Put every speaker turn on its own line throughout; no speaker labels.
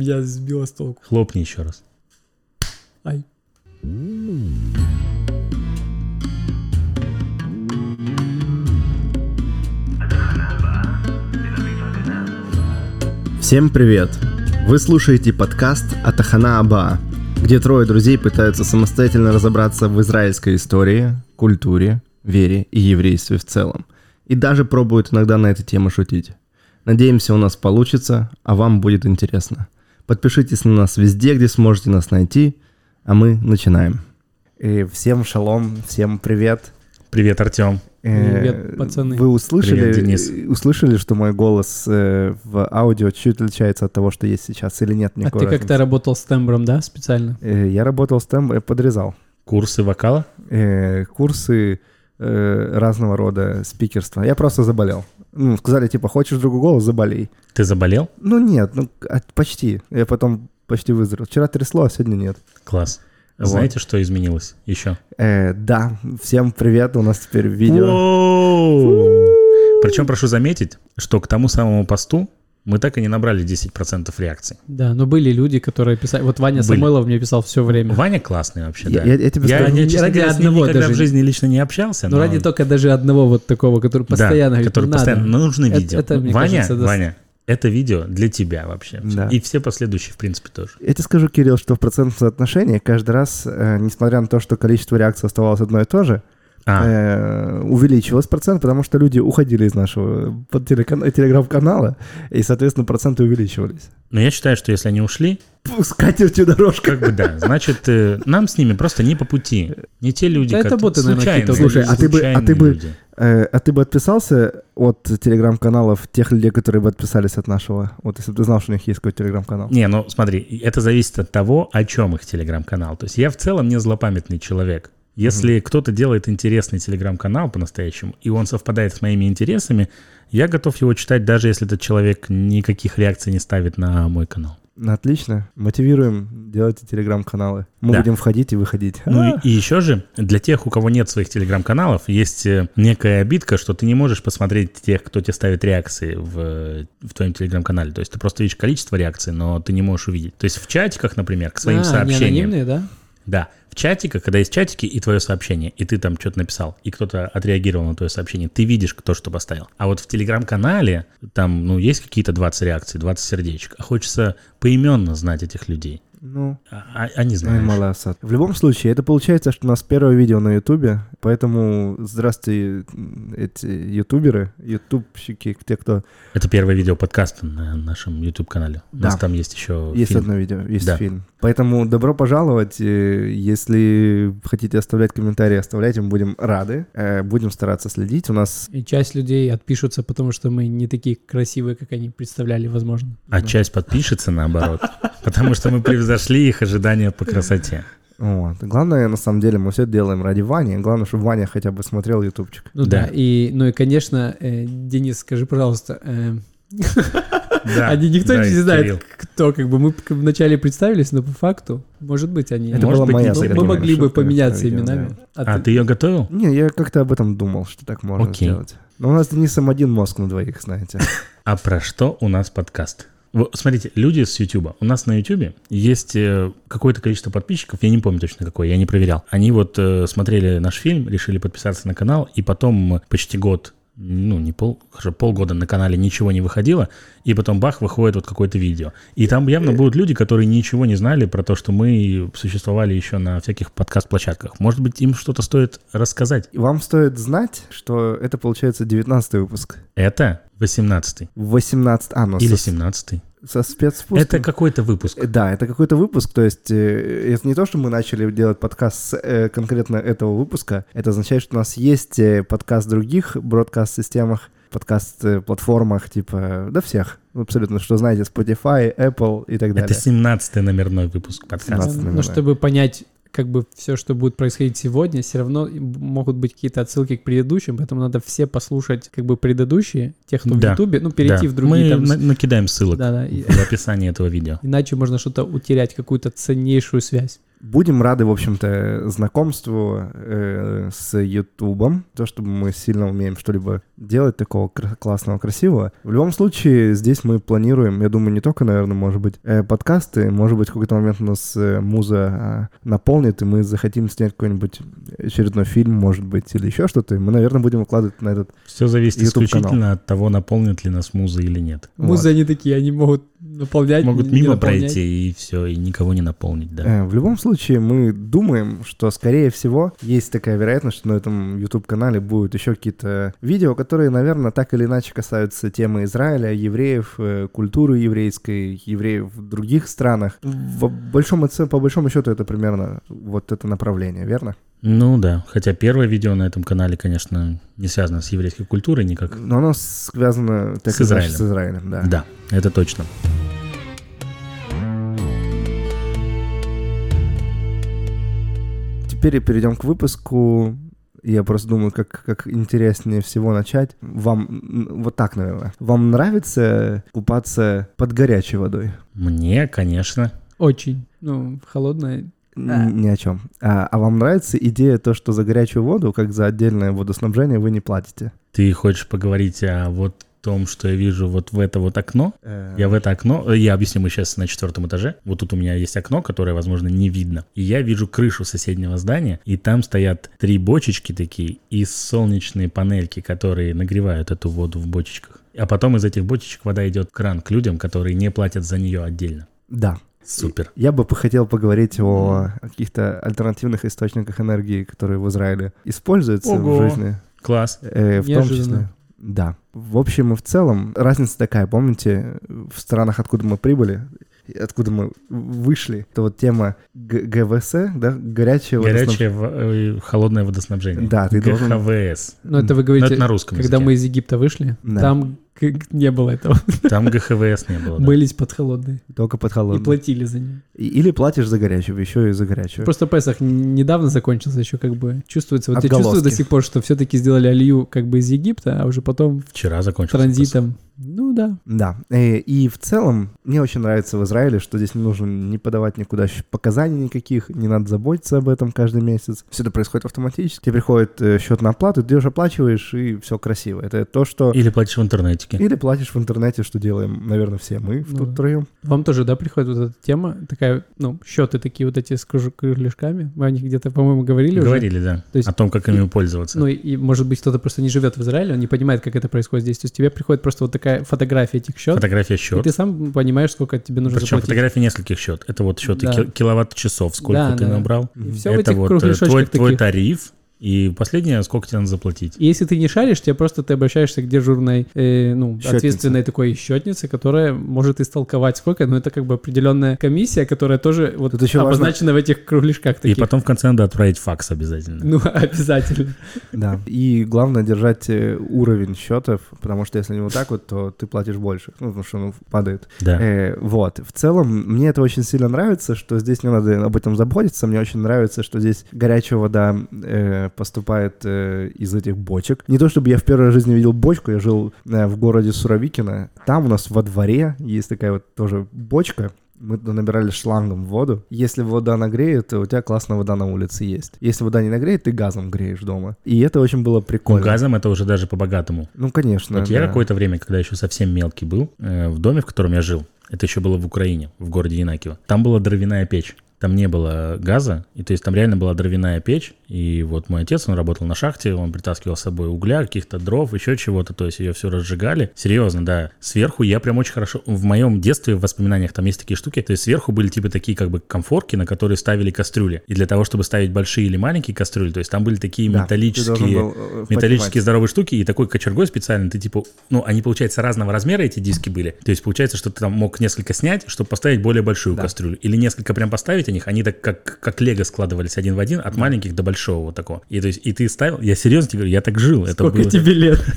Я сбила с толку.
Хлопни еще раз.
Ай.
Всем привет! Вы слушаете подкаст «Атахана Аба», где трое друзей пытаются самостоятельно разобраться в израильской истории, культуре, вере и еврействе в целом. И даже пробуют иногда на эту тему шутить. Надеемся, у нас получится, а вам будет интересно. Подпишитесь на нас везде, где сможете нас найти, а мы начинаем. И всем шалом, всем привет.
Привет, Артем. Э,
Привет, пацаны. А
Вы услышали, э,
Привет, Денис.
услышали, что мой голос э, в аудио чуть отличается от того, что есть сейчас, или нет
А
никакой
ты как-то
разницы?
работал с тембром, да, специально?
Э, Я работал с тем, э, подрезал.
Курсы вокала?
Э, Курсы э, разного рода спикерства. Я просто заболел. Ну, сказали, типа, хочешь другой голос, заболей.
Ты заболел?
Ну, нет, ну, а, почти. Я потом почти выздоровел. Вчера трясло, а сегодня нет.
Класс.
Вот.
Знаете, что изменилось еще?
Э, да, всем привет, у нас теперь видео.
Причем прошу заметить, что к тому самому посту мы так и не набрали 10% реакций.
Да, но были люди, которые писали... Вот Ваня
Были.
Самойлов мне писал все время.
Ваня классный вообще, да.
Я- я- я тебе скажу-
я, честно
Ради
говоря, с ним
одного
никогда
даже.
в жизни лично не общался.
Ну, ради только даже одного вот такого, который
Да,
постоянно... говорит,
который
«Ну, надо».
постоянно, ну, нужно
Это-
видео.
это, мне
Ваня,
кажется, да.
Ваня, это видео для тебя вообще.
Да.
И все последующие, в принципе, тоже.
Я тебе скажу, Кирилл, что в процентном соотношении каждый раз, э, несмотря на то, что количество реакций оставалось одно и то же,
А,
э, увеличивалось процент, потому что люди уходили из нашего под- телекан- телеграм-канала, и, соответственно, проценты увеличивались.
но я считаю, что если они ушли,
Пу, С катертью дорожка.
Как бы да. Значит, э, нам с ними просто не по пути. Не те люди,
Да это
как-
боты, наверное,
случайные,
какие-то.
Слушай, а ты бы- а
случайные
ты бы-
люди.
Э, А ты бы отписался от телеграм-каналов тех людей, которые бы отписались от нашего? Вот если бы ты знал, что у них есть какой-то телеграм-канал.
Не, ну смотри, это зависит от того, о чем их телеграм-канал. То есть я в целом не злопамятный человек. Если кто-то делает интересный телеграм-канал по-настоящему, и он совпадает с моими интересами, я готов его читать, даже если этот человек никаких реакций не ставит на мой канал.
Ну, Отлично. Мотивируем, делайте телеграм-каналы. Мы
Да.
будем входить и выходить.
Ну
А,
и, и еще же, для тех, у кого нет своих телеграм-каналов, есть э, некая обидка, что ты не можешь посмотреть тех, кто тебе ставит реакции в, э, в твоем телеграм-канале. То есть ты просто видишь количество реакций, но ты не можешь увидеть. То есть в чатиках, например, к своим
А, они
сообщениям.
анонимные, да?
Да, в чатиках, когда есть чатики и твое сообщение, и ты там что-то написал, и кто-то отреагировал на твое сообщение, ты видишь, кто что поставил. А вот в телеграм-канале там, ну, есть какие-то 20 реакций, 20 сердечек, а хочется поименно знать этих людей.
Ну,
А, а- а не
Ай,
знаешь.
маласад. В любом случае, это получается, что у нас первое видео на Ютубе, поэтому здравствуйте, м, эти ютуберы, ютубщики, те, кто...
Это первое видео подкаста на нашем YouTube-канале. У нас
Да.
там есть еще
Есть
фильм.
одно видео, есть
Да.
фильм. Поэтому добро пожаловать. э, Если хотите оставлять комментарии, оставляйте, мы будем рады. Э, Будем стараться следить. У нас...
И часть людей отпишутся, потому что мы не такие красивые, как они представляли, возможно.
А часть подпишется наоборот, потому что мы превзошли их ожидания по красоте.
Вот. Главное, на самом деле, мы все делаем ради Вани. Главное, чтобы Ваня хотя бы смотрел ютубчик.
Ну да.
Да.
И, ну и, конечно, э, Денис, скажи, пожалуйста, э,
Да,
они никто
А, да,
не знает,
Кирилл.
кто, как бы мы к- вначале представились, но по факту, может быть, они...
Это
Ну,
может быть, не
мы
была
заготовленная
могли бы
шутка,
поменяться
видимо, да.
именами.
А ты ее готовил?
Не, я как-то об этом думал, что так можно
Окей.
сделать. Но у нас с Денисом один мозг на двоих, знаете.
А про что у нас подкаст? Во- Смотрите, люди с YouTube. У нас на YouTube есть э, какое-то количество подписчиков, я не помню точно какое, я не проверял. Они вот э, смотрели наш фильм, решили подписаться на канал, и потом почти год, ну не пол, хорошо, полгода на канале ничего не выходило, и потом бах, выходит вот какое-то видео. И там явно будут люди, которые ничего не знали про то, что мы существовали еще на всяких подкаст-площадках. Может быть, им что-то стоит рассказать.
И Вам стоит знать, что это получается 19 выпуск.
Это 18
18... А, ну,
или
со,
17
со спецпуском.
Это какой-то выпуск.
Э, Да, это какой-то выпуск, то есть э, это не то, что мы начали делать подкаст с э, конкретно этого выпуска, это означает, что у нас есть э, подкаст в других бродкаст-системах, подкаст-платформах, э, типа, да всех, абсолютно, что знаете, Spotify, Apple и так далее.
Это 17 номерной выпуск подкаста.
17.
Ну,
наверное.
чтобы понять, как бы все, что будет происходить сегодня, все равно и б- могут быть какие-то отсылки к предыдущим, поэтому надо все послушать как бы предыдущие, тех, кто в
Да.
Ютубе, ну, перейти
Да.
в другие там...
Мы
с-
на- накидаем ссылок
Да-да, и-
в описании этого видео.
Иначе можно что-то утерять, какую-то ценнейшую связь.
Будем рады, в общем-то, знакомству э, с Ютубом. То, что мы сильно умеем что-либо делать такого кра- классного, красивого. В любом случае, здесь мы планируем, я думаю, не только, наверное, может быть, э, подкасты. Может быть, в какой-то момент у нас э, муза э, наполнит, и мы захотим снять какой-нибудь э, очередной фильм, может быть, или еще что-то. И мы, наверное, будем выкладывать на этот...
Все зависит
YouTube-канал.
исключительно от того, наполнит ли нас муза или нет.
вот.
Музы они такие, они могут наполнять.
Могут
Э, не
мимо
наполнять.
пройти и все, и никого не наполнить, да.
Э, В любом случае, мы думаем, что, скорее всего, есть такая вероятность, что на этом YouTube-канале будут еще какие-то видео, которые, наверное, так или иначе касаются темы Израиля, евреев, э, культуры еврейской, евреев в других странах. В большом, отце- по большому счету, это примерно вот это направление, верно?
Ну да, хотя первое видео на этом канале, конечно, не связано с еврейской культурой никак.
Но оно связано так
С
или иначе
Израилем.
с Израилем, да.
Да, это точно.
Теперь перейдем к выпуску. Я просто думаю, как, как интереснее всего начать. Вам, м, вот так, наверное, вам нравится купаться под горячей водой?
Мне, конечно.
Очень. Ну, холодная.
Н-
Да.
Ни о чем. А, а вам нравится идея то, что за горячую воду, как за отдельное водоснабжение, вы не платите?
Ты хочешь поговорить о вот том, что я вижу вот в это вот окно? Я в это окно, э, я объясню, мы сейчас на четвертом этаже. Вот тут у меня есть окно, которое, возможно, не видно. И я вижу крышу соседнего здания, и там стоят три бочечки такие и солнечные панельки, которые нагревают эту воду в бочечках. А потом из этих бочечек вода идет в кран к людям, которые не платят за нее отдельно.
Да.
Супер.
Я бы хотел поговорить о каких-то альтернативных источниках энергии, которые в Израиле используются
Ого.
в жизни.
Класс.
Э, в том
Неожиданно.
числе. Да. В общем и в целом, разница такая, помните, в странах, откуда мы прибыли, и откуда мы вышли, это вот тема Г- ГВС, да, горячего...
Горячее, во- э, холодное водоснабжение.
Да, ты должен...
ГХВС.
Но это вы
Ну,
говорите,
это на русском
э, когда
языке.
мы из Египта вышли,
Да.
там как не было этого.
Там ГХВС не было. Ну да.
Мылись под холодной.
Только под
И
холодным.
платили за нее.
И- Или платишь за горячую, еще и за
Э.
горячую.
Просто Песах н- недавно закончился, еще как бы чувствуется. Вот я
Отголоски.
чувствую до сих пор, что все-таки сделали алию как бы из Египта, а уже потом
Вчера закончился.
транзитом. Ну да.
Да. Э, И в целом мне очень нравится в Израиле, что здесь не нужно не подавать никуда щ- показаний никаких, не надо заботиться об этом каждый месяц. Все это происходит автоматически. Тебе приходит э, счет на оплату, ты уже оплачиваешь, и все красиво. Это то, что...
Или платишь в интернетике.
Или платишь в интернете, что делаем, наверное, все мы в
Ну
тут
да.
втроем.
Вам тоже, да, приходит вот эта тема, такая, ну, счеты такие вот эти с кружу- крылышками. Вы о них где-то, по-моему, говорили, уже.
Говорили, да.
То есть-
о том, как ими пользоваться.
Ну и, и, может быть, кто-то просто не живет в Израиле, он не понимает, как это происходит здесь. То есть тебе приходит просто вот такая фотография этих счетов,
Фотография
и
счет.
ты сам понимаешь, сколько тебе нужно
Причем
заплатить.
фотографии нескольких счет. Это вот счет
Да.
киловатт-часов, сколько
Да,
ты
да.
набрал.
И все в
это
этих
вот э,
кругляшочках
твой, твой
таких.
тариф. И последнее, сколько тебе надо заплатить.
И если ты не шаришь, тебе просто ты обращаешься к дежурной, э, ну,
Счетнице.
ответственной такой счетнице, которая может истолковать сколько, но это как бы определенная комиссия, которая тоже вот
Тут еще важно-
обозначена в этих кругляшках таких.
И потом в конце надо отправить факс обязательно.
Ну, обязательно.
Да. И главное держать э, уровень счетов, потому что если не вот так вот, то ты платишь больше, ну, потому что он падает.
да.
Э, вот. В целом, мне это очень сильно нравится, что здесь не надо об этом заботиться. Мне очень нравится, что здесь горячая вода э, поступает э, из этих бочек. Не то чтобы я в первый раз в жизни видел бочку, я жил э, в городе Суровикино. Там у нас во дворе есть такая вот тоже бочка. Мы туда набирали шлангом воду. Если вода нагреет, то у тебя классная вода на улице есть. Если вода не нагреет, ты газом греешь дома. И это очень было
Ну,
прикольно.
газом это уже даже по-богатому.
Ну, конечно.
Вот я
да.
какое-то время, когда еще совсем мелкий был, э, в доме, в котором я жил, это еще было в Украине, в городе Янакиево, там была дровяная печь. Там не было газа, и то есть там реально была дровяная печь, и вот мой отец, он работал на шахте, он притаскивал с собой угля, каких-то дров, еще чего-то, то есть ее все разжигали. Серьезно, да. Сверху я прям очень хорошо, в моем детстве, в воспоминаниях там есть такие штуки, то есть сверху были типа такие как бы комфорки, на которые ставили кастрюли. И для того, чтобы ставить большие или маленькие кастрюли, то есть там были такие
Да, ты должен
металлические,
был, э,
металлические здоровые штуки и такой кочергой специально, ты типа, ну, они, получается, разного размера эти диски были. То есть, получается, что ты там мог несколько снять, чтобы поставить более большую
Да.
кастрюлю. Или несколько прям поставить о них, они так как, как лего складывались один в один, от маленьких до большого вот такого. И, то есть, и ты ставил, я серьезно тебе говорю, я так жил. это
Сколько
было
тебе лет?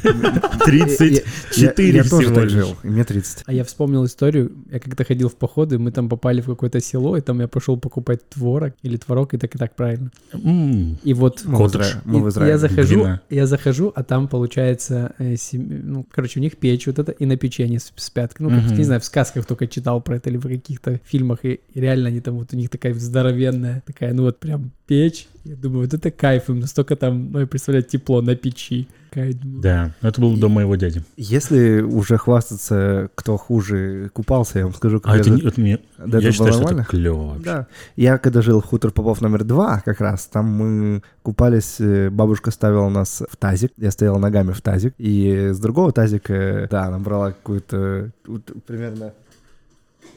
34
Я, я
всего
тоже так
лишь.
жил, и мне 30.
А я вспомнил историю, я когда ходил в походы, мы там попали в какое-то село, и там я пошел покупать творог или творог, и так и так правильно.
М,
И вот
Мы в
Коттедж.
Изра- мы
И
Ну, в Израиле.
Я захожу,
Блина.
я захожу, а там получается, э, сем- ну, короче, у них печь вот это, и на печи они сп- спят. Ну, как-
Мгм.
не знаю, в сказках только читал про это или в каких-то фильмах, и реально они там, вот у них такая здоровенная, такая, ну вот прям печь. Я думаю, вот это кайф, им настолько там, ну, я представляю, тепло на печи. Такая, думаю,
Да, ну, это был дом моего дяди.
Если уже хвастаться, кто хуже купался, я вам скажу, как
А
я
это,
за-
не- это мне-
да, это
я
было
считаю, что
нормально?
это клево вообще.
Да. Я когда жил в хутор Попов номер два, как раз, там мы купались, э, бабушка ставила нас в тазик, я стоял ногами в тазик, и с другого тазика, да, она брала какую-то, вот примерно,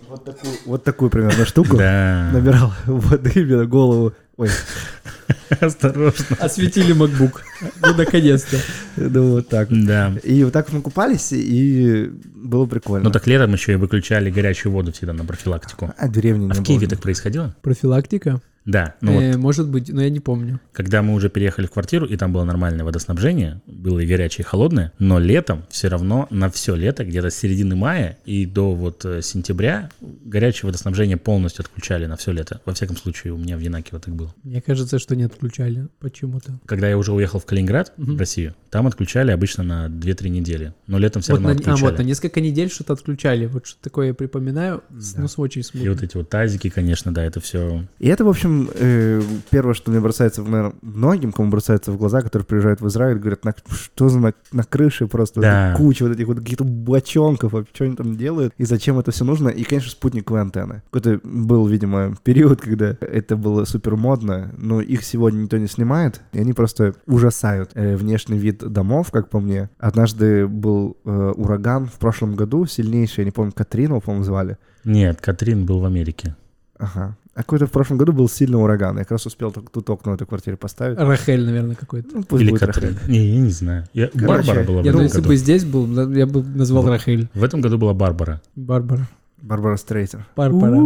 вот такую, вот такую примерно штуку,
Да,
набирала воды мне на голову, ой,
осторожно.
Осветили MacBook. Ну, наконец-то.
ну вот так.
Да.
И вот так мы купались, и было прикольно.
Ну так летом еще и выключали горячую воду всегда на профилактику.
А деревни не
А в
было.
Киеве так происходило?
Профилактика?
Да. Ну вот,
Э, Может быть, но я не помню.
когда мы уже переехали в квартиру, и там было нормальное водоснабжение, было и горячее, и холодное, но летом все равно на все лето, где-то с середины мая и до вот э, сентября, горячее водоснабжение полностью отключали на все лето. Во всяком случае, у меня в Янакиево так было.
Мне кажется, что не отключали почему-то.
Когда я уже уехал в Калининград,
Мгм.
в Россию, там отключали обычно на 2-3 недели, но летом все
Вот на,
равно
а,
отключали.
вот, на несколько недель что-то отключали. Вот что такое я припоминаю. с- Ну, с очень
И
смутно.
вот эти вот тазики, конечно, да, это все...
И это, в общем, э, первое, что мне бросается, в- наверное, многим, кому бросается в глаза, которые приезжают в Израиль, говорят, «На- что за на, на крыше просто вот
Да.
эта куча вот этих вот каких-то бочонков, вообще, что они там делают, и зачем это все нужно, и, конечно, спутниковые антенны. Какой-то был, видимо, период, когда это было супер модно, но их сегодня никто не снимает, и они просто ужасают э, внешний вид домов, как по мне. Однажды был э, ураган в прошлом году, сильнейший, я не помню, Катрину, по-моему, звали,
Нет, Катрин был в Америке.
Ага. А какой-то в прошлом году был сильный ураган. Я как раз успел тут- тут окна в этой квартире поставить.
Рахель, наверное, какой-то.
Ну, пусть
А, Или
будет
Катрин.
Рахель.
Не, я не знаю. Я-
Короче,
Барбара была в
Я, ну,
этом
если
году.
бы здесь был, на- я бы назвал
Вот.
Рахель.
В этом году была Барбара.
Барбара.
Барбара Стрейтер.
Барбара.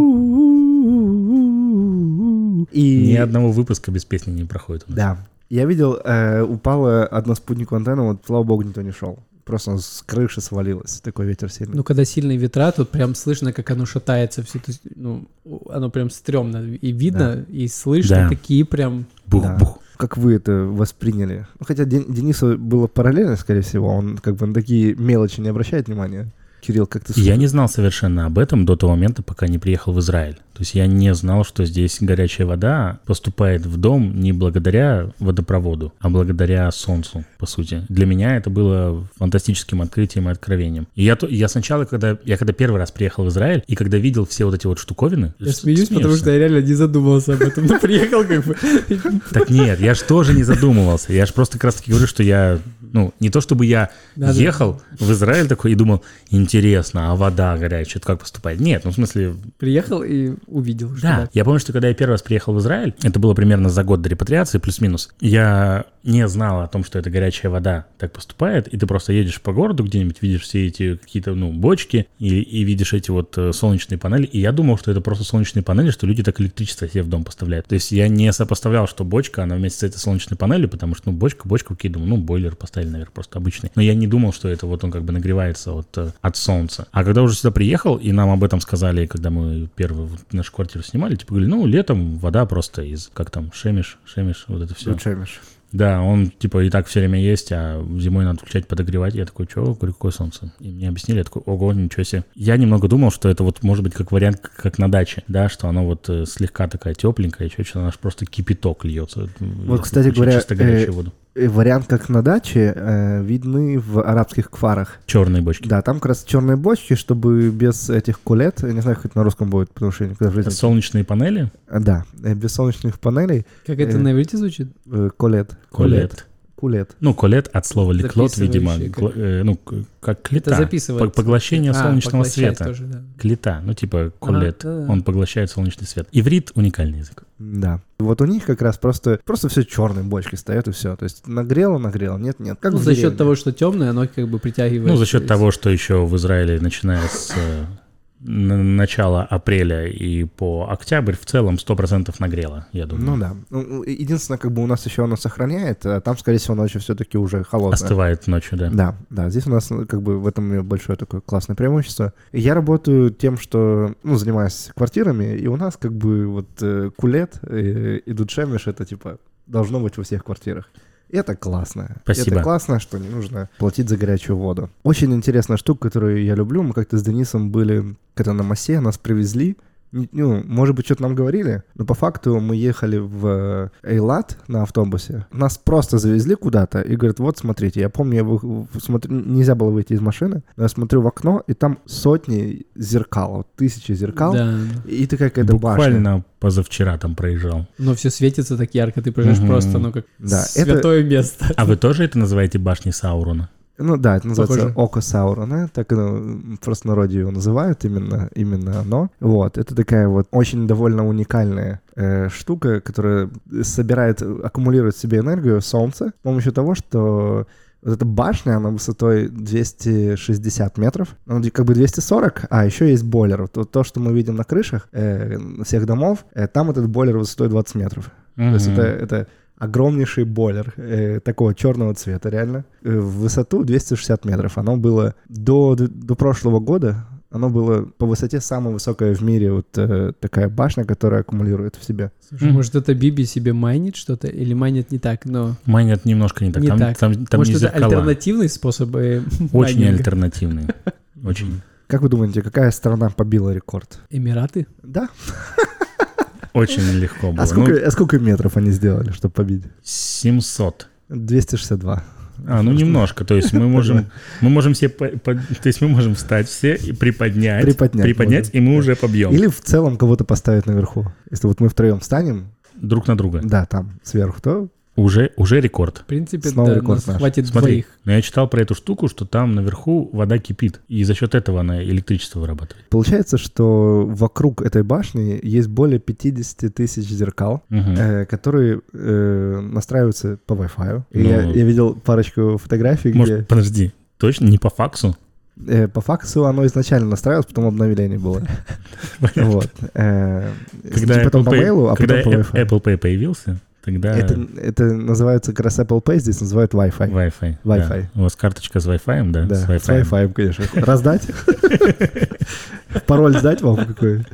И...
Ни одного выпуска без песни не проходит у нас.
Да. Я видел, э, упала одна спутниковая антенна, вот, слава богу, никто не шел. Просто он с крыши свалилась. Такой ветер сильный.
Ну, когда сильные ветра, тут прям слышно, как оно шатается все. То есть, ну, оно прям стрёмно. И видно, и слышно.
Да.
Такие прям...
Бух-бух.
Как вы это восприняли? Ну, хотя Ден- Денису было параллельно, скорее всего. Он как бы на такие мелочи не обращает внимания. Кирилл, как ты...
Я не знал совершенно об этом до того момента, пока не приехал в Израиль. То есть я не знал, что здесь горячая вода поступает в дом не благодаря водопроводу, а благодаря солнцу, по сути. Для меня это было фантастическим открытием и откровением. И я, то- я сначала, когда я когда первый раз приехал в Израиль, и когда видел все вот эти вот штуковины...
Я
с-
смеюсь, потому
смеешься.
что я реально не задумывался об этом. Ну, приехал как бы.
Так нет, я же тоже не задумывался. Я же просто как раз таки говорю, что я... Ну, не то чтобы я
Да-да.
ехал в Израиль такой и думал, интересно, а вода горячая, это как поступает? Нет, ну в смысле,
Приехал и увидел. что
да. Я помню, что когда я первый раз приехал в Израиль, это было примерно за год до репатриации, плюс-минус, я не знал о том, что это горячая вода так поступает, и ты просто едешь по городу где-нибудь, видишь все эти какие-то, ну, бочки, и, и видишь эти вот э, солнечные панели, и я думал, что это просто солнечные панели, что люди так электричество себе в дом поставляют. То есть я не сопоставлял, что бочка, она вместе с этой солнечной панелью, потому что, ну, бочка, бочка, окей, думаю, ну, бойлер поставили, наверное, просто обычный. Но я не думал, что это вот он как бы нагревается от, э, от солнца. А когда уже сюда приехал, и нам об этом сказали, когда мы первую вот нашу квартиру снимали, типа, говорили, ну, летом вода просто из, как там, шемиш, шемиш, вот это все.
Лучемиш.
Да, он, типа, и так все время есть, а зимой надо включать, подогревать. Я такой, чё, говорю, какое солнце? И мне объяснили, я такой, ого, ничего себе. Я немного думал, что это вот может быть как вариант, к- как на даче, да, что оно вот э, слегка такая тепленькая, еще что-то, она ж просто кипяток льется.
Вот, кстати говоря,
Чисто
э,
горячую воду.
Э, Вариант как на даче э, видны в арабских кварах.
Черные бочки.
Да, там как раз черные бочки, чтобы без этих кулет, я не знаю, как это на русском будет, потому что я никогда в жизни...
Солнечные панели?
А, Да, э, без солнечных панелей,
ли. Как это
э,
на иврите звучит?
э, колет,
Колет.
кулет.
Ну, колет от слова леклот, видимо,
Записывающие,
гл- э, ну, к- как клета.
Это записывается.
По- Поглощение
А,
солнечного
поглощать
света.
тоже, да. А,
Клета, ну, типа колет.
да-да.
Он поглощает солнечный свет. Иврит — уникальный язык.
Да. Вот у них как раз просто, просто все черные бочки стоят и все. То есть нагрело, нагрело, нет, нет. Как
Ну,
в
за
деревне.
счет того, что темное, оно как бы притягивает.
Ну, за счет
то
того, что еще в Израиле, начиная с э, н- начала апреля и по октябрь в целом 100% нагрело, я думаю.
Ну да. Ну, Единственное, как бы у нас еще оно сохраняет, а там, скорее всего, ночью все-таки уже холодно.
Остывает ночью, да.
Да, да, здесь у нас ну, как бы в этом у меня большое такое классное преимущество. И Я работаю тем, что, ну, занимаюсь квартирами, и у нас как бы вот э, кулет э, и душемиш это типа должно быть во всех квартирах. И это классно.
Спасибо.
Это классно, что не нужно платить за горячую воду. Очень интересная штука, которую я люблю. Мы как-то с Денисом были когда на массе, нас привезли. Н- Ну, может быть, что-то нам говорили, но по факту мы ехали в э, Эйлат на автобусе. Нас просто завезли куда-то и говорят, вот, смотрите, я помню, я вы- в- смотрю, нельзя было выйти из машины, но я смотрю в окно, и там сотни зеркал, вот тысячи зеркал,
Да.
и ты какая-то башня.
Буквально позавчера там проезжал.
Но все светится так ярко, ты проезжаешь
Мгм.
просто, ну, как
Да,
святое место.
А вы тоже это называете башней Саурона?
Ну да, это называется
Похоже.
око Саурона, так оно, в простонародье его называют, именно, именно оно. Вот, это такая вот очень довольно уникальная э, штука, которая собирает, э, аккумулирует в себе энергию солнца с помощью того, что вот эта башня, она высотой 260 метров, ну, ди- как бы 240, а еще есть бойлер. Вот То, то, что мы видим на крышах э, всех домов, э, там этот бойлер высотой 20 метров. То есть это, это огромнейший бойлер э, такого черного цвета, реально. Э, в высоту 260 метров. Оно было до, до прошлого года, оно было по высоте самая высокая в мире вот э, такая башня, которая аккумулирует в себе.
Слушай,
Мгм.
может, это Биби себе майнит что-то? Или майнит не так, но...
Майнят немножко не так.
Не
там,
так.
там- там
может,
не
это
зеркала.
альтернативный способ э,
Очень
майнинга?
альтернативный. Очень.
Как вы думаете, какая страна побила рекорд?
Эмираты?
Да?
Очень легко было.
А сколько,
Ну,
а сколько метров они сделали, чтобы побить?
700.
262.
А, ну немножко. То есть мы можем, мы можем все, по- по- то есть мы можем встать все и приподнять,
Приподнять
приподнять,
можем.
и мы уже побьем
Или в целом кого-то поставить наверху. Если вот мы втроем встанем,
друг на друга.
да, там, сверху, то
Уже, уже рекорд.
В принципе,
Снова
да,
рекорд
нас
наш.
хватит
Смотри,
двоих.
но я читал про эту штуку, что там наверху вода кипит, и за счет этого она электричество вырабатывает.
Получается, что вокруг этой башни есть более 50 тысяч зеркал,
Мгм.
э, которые э, настраиваются по Wi-Fi. И
Ну.
я, я видел парочку фотографий,
Может, подожди, точно не по факсу?
где э, по факсу оно изначально настраивалось, потом обновление было. Вот. Э,
Когда
Потом по
Apple Pay-
мейлу, а
когда
потом по
Ап-
Wi-Fi.
Apple Pay появился, тогда
Это это называется как раз Apple Pay, здесь называют Wi-Fi.
Wi-Fi.
Wi-Fi.
да. У вас карточка с Wi-Fi, да?
Да,
с
с
Wi-Fi.
Wi-Fi, конечно. Раздать? Пароль сдать вам какой?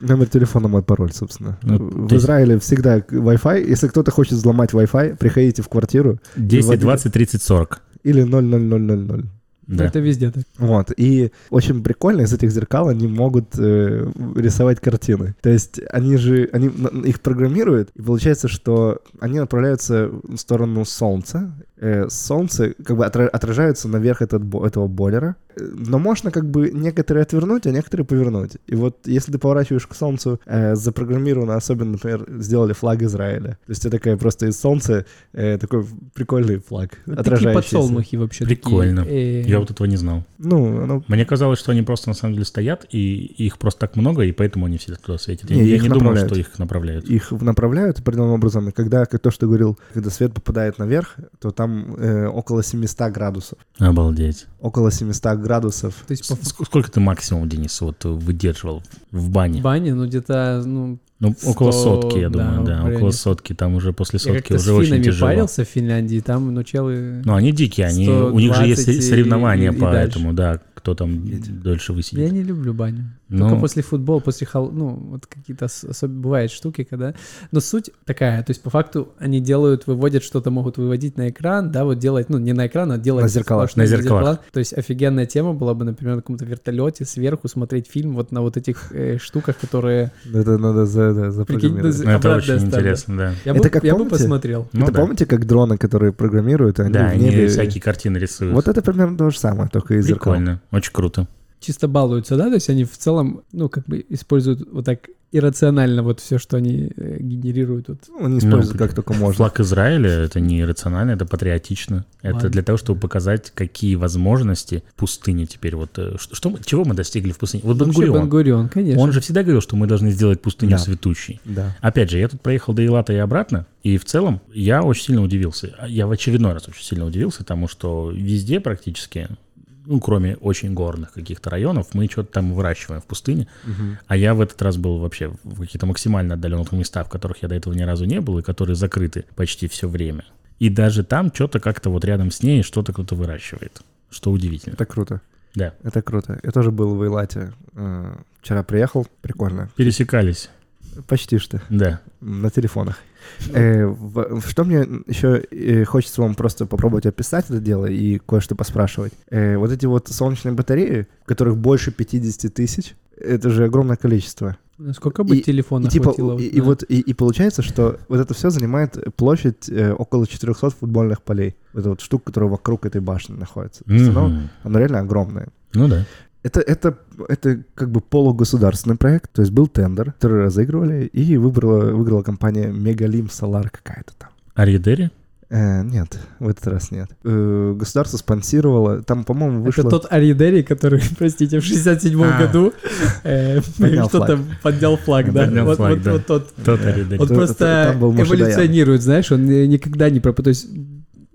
Номер телефона мой пароль, собственно.
Ну,
В
ты-
Израиле всегда Wi-Fi. Если кто-то хочет взломать Wi-Fi, приходите в квартиру
10, 20, 30, 40.
или 00000.
Да.
Это везде так.
Вот. И очень прикольно, из этих зеркал они могут э, рисовать картины. То есть они же, они на- их программируют, и получается, что они направляются в сторону Солнца. Э, солнце как бы отра- отражается наверх этот, бо- этого бойлера. Э, Но можно как бы некоторые отвернуть, а некоторые повернуть. И вот если ты поворачиваешь к Солнцу, э, запрограммировано, особенно, например, сделали флаг Израиля. То есть это такая просто из Солнца э, такой прикольный флаг,
Такие
отражающийся.
подсолнухи вообще.
Прикольно.
такие, э,
Я вот этого не знал.
Ну, оно
Мне казалось, что они просто на самом деле стоят, и их просто так много, и поэтому они всегда туда светят. Я-
Не,
я
их
не думал,
направляют.
что их направляют.
их направляют определенным образом. И когда, как то, что ты говорил, когда свет попадает наверх, то там э, около 700 градусов.
Обалдеть.
Около 700 градусов.
То есть
С-
по
ск- Сколько ты максимум, Денис, вот выдерживал в бане?
бане, ну, где-то, ну,
Ну, около
Сто,
сотки, я
да,
думаю,
в
да,
районе.
около сотки. Там уже после
я
сотки
как-то с
уже очень
финнами
тяжело.
парился в Финляндии, там, ну, челы...
Ну, они дикие, они, у них же
120 и-
есть соревнования
и- и
по
дальше.
этому, да, кто там дольше
Я
высидит.
не люблю баню.
Ну,
Только после футбола, после хол... ну, вот какие-то ос- особ- бывают штуки, когда... Но суть такая, то есть по факту они делают, выводят что-то, могут выводить на экран, да, вот делать, ну, не на экран, а делать...
На зеркалах.
сплошные
На зеркалах.
То есть офигенная тема была бы, например, на каком-то вертолете сверху смотреть фильм вот на вот этих э, штуках, которые...
Это надо за, да, запрограммировать.
Прикинь,
ну, это
обратная
очень
сторона.
интересно, да.
Я,
Это
бы,
как
я бы
помните?
посмотрел.
Ну
Это
да.
помните, как дроны, которые программируют, и они
Да,
в
они
небе...
всякие картины рисуют.
Вот это примерно то же самое, только из зеркал.
Прикольно, очень круто.
Чисто балуются, да, то есть они в целом, ну, как бы используют вот так иррационально вот все, что они э, генерируют. Вот.
Ну, Они используют
Ну,
как только можно.
Флаг Израиля — это не рационально, это патриотично. Это
Ладно.
для того, чтобы показать, какие возможности пустыни теперь. Вот э, ш- что мы, чего мы достигли в пустыне? Вот
Вообще
Бангурион.
Бангурион, конечно.
Он же всегда говорил, что мы должны сделать пустыню
Да.
цветущей.
Да.
Опять же, я тут проехал до Илата и обратно, и в целом я очень сильно удивился. Я в очередной раз очень сильно удивился тому, что везде практически ну, кроме очень горных каких-то районов, мы что-то там выращиваем в пустыне. А я в этот раз был вообще в каких-то максимально отдаленных местах, в которых я до этого ни разу не был, и которые закрыты почти все время. И даже там что-то как-то вот рядом с ней что-то кто-то выращивает, что удивительно.
Это круто.
Да.
Это круто. Я тоже был в Эйлате. э, Вчера приехал. Прикольно.
Пересекались,
Почти что.
да.
На телефонах. Э, в- в- Что мне еще э, хочется вам просто попробовать описать это дело и кое-что поспрашивать. Э, Вот эти вот солнечные батареи, которых больше 50 тысяч, это же огромное количество.
Сколько бы
И- И,
телефона
типа,
хватило?
и, и
на-
вот, и, и получается, что вот это все занимает площадь э, около 400 футбольных полей. Вот эта вот штука, которая вокруг этой башни находится. То есть Оно,
Мгм.
оно реально огромное.
Ну да.
Это, это, это как бы полугосударственный проект, то есть был тендер, который разыгрывали, и выбрала, выиграла компания Мегалим Solar какая-то там.
Арьедери?
Э, нет, в этот раз нет. Э, государство спонсировало, там, по-моему, вышло...
Это тот Аридери, который, простите, в 67-м
А.
году э,
Поднял
что-то поднял флаг, да.
Поднял
Вот-
флаг,
вот-
да.
Вот тот
Тот
Да.
Арьедери.
Он
Это- это-
просто
там был Машидаян.
эволюционирует, знаешь, он э, никогда не пропадает. То есть,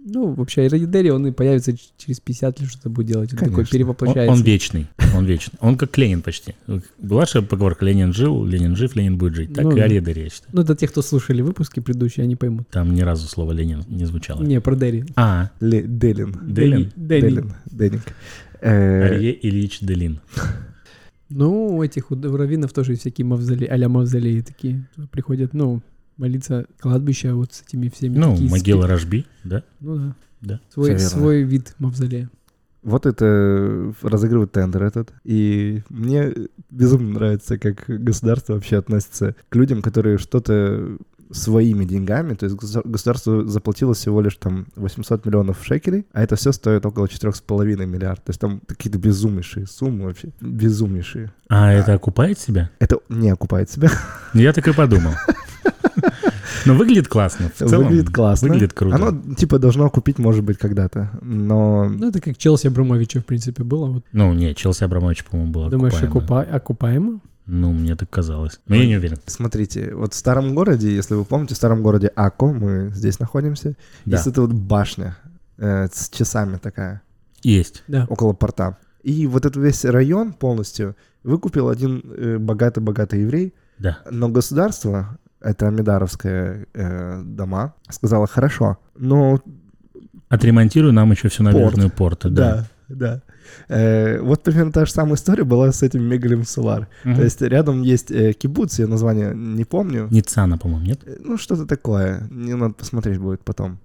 ну, вообще, Рейдери, он и появится ч- через 50 лет, что-то будет делать. Он такой
Конечно.
Он,
перевоплощается.
он вечный, он вечный. Он как Ленин почти. Была же поговорка «Ленин жил, Ленин жив, Ленин будет жить». Так
Ну
и
да.
Арьедери, я считаю.
Ну, это те, кто слушали выпуски предыдущие, они поймут.
Там ни разу слово «Ленин» не звучало.
Не, про Дерри.
А,
Ле- Делин.
Делин.
Дерри.
Делин. Делинг. Э,
А
Арье Ильич Делин.
Ну, у этих у раввинов тоже всякие мавзолеи, а-ля мавзолеи такие приходят, ну, молиться кладбища вот с этими всеми.
Ну,
такие
могила
спи-
Рожби, да?
Ну да.
Да.
Свой,
Всё верно.
свой вид мавзолея.
Вот это э, разыгрывает тендер этот. И мне безумно нравится, как государство вообще относится к людям, которые что-то своими деньгами, то есть государ- государство заплатило всего лишь там 800 миллионов шекелей, а это все стоит около 4,5 миллиардов. То есть там какие-то безумнейшие суммы вообще, безумнейшие.
А это окупает себя?
Это не окупает себя.
Я так и подумал. Но выглядит классно. В целом
выглядит классно.
Выглядит круто.
Оно типа должно окупить, может быть, когда-то, но...
Ну, это как Челси Абрамовича, в принципе, было. Вот,
Ну, не, Челси Абрамович, по-моему, было
думаешь,
Ну, окупаемо.
окупа- окупаемо?
Ну, мне так казалось. Но я не уверен.
Смотрите, вот в старом городе, если вы помните, в старом городе Ако, мы здесь находимся,
Да.
Есть эта вот башня э, с часами такая,
Есть.
Да.
около порта. И вот этот весь район полностью выкупил один э, богатый-богатый еврей,
Да.
но государство, это Амидаровская э, дома, сказала хорошо, но
Отремонтируй нам еще всю набережную порта. Да.
да, да. Э, вот примерно та же самая история была с этим Мегалем Солар.
Мгм.
То есть рядом есть э, кибуц, я название не помню,
Ницана, по-моему, нет?
Э, Ну, что-то такое. Не надо посмотреть будет потом.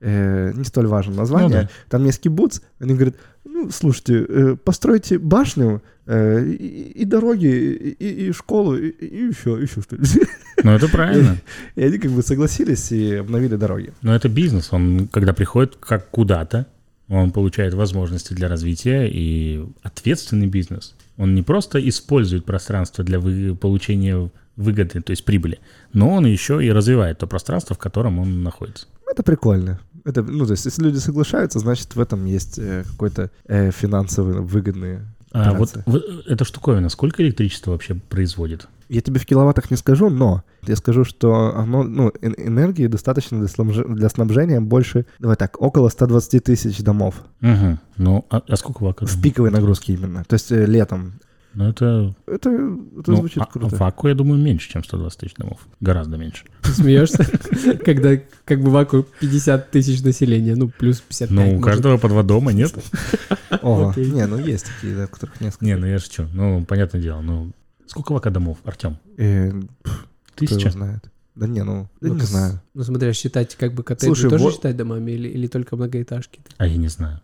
Э, не столь важно название.
Ну да.
Там есть кибуц. Они говорят, ну, слушайте, э, постройте башню, э, и, и дороги, и, и школу, и, еще, еще что-нибудь.
Ну, это правильно.
И они как бы согласились и обновили дороги.
Но это бизнес. Он, когда приходит как куда-то, он получает возможности для развития и ответственный бизнес. Он не просто использует пространство для вы- получения выгоды, то есть прибыли, но он еще и развивает то пространство, в котором он находится.
Это прикольно. Это, ну, то есть, если люди соглашаются, значит, в этом есть э, какой-то э, финансовый выгодный
А вот,
Операция.
в- эта штуковина сколько электричества вообще производит?
Я тебе в киловаттах не скажу, но я скажу, что оно, ну, эн- энергии достаточно для, сломж- для снабжения больше, давай так, около 120 тысяч домов
Угу. Ну, а, а сколько вакуум?
в пиковой нагрузке именно, то есть э, летом.
Ну, это,
Это, это
ну,
звучит
а-
круто.
а ваку, я думаю, меньше, чем 120 тысяч домов. Гораздо меньше.
Ты смеешься, когда как бы вакуум 50 тысяч населения, ну, плюс 55.
Ну, у
может.
каждого по два дома, нет?
О,
окей.
не, ну есть такие, да, у которых несколько.
а, Не, ну я шучу. Ну, понятное дело. Ну, сколько вака домов, Артем?
Э, кто его
Тысяча?
знает. Да не, ну, да
Ну,
не
с-
знаю.
Ну, смотря считать, как бы коттеджи
Слушай,
тоже
вот-
считать домами или, или только многоэтажки?
А я не знаю.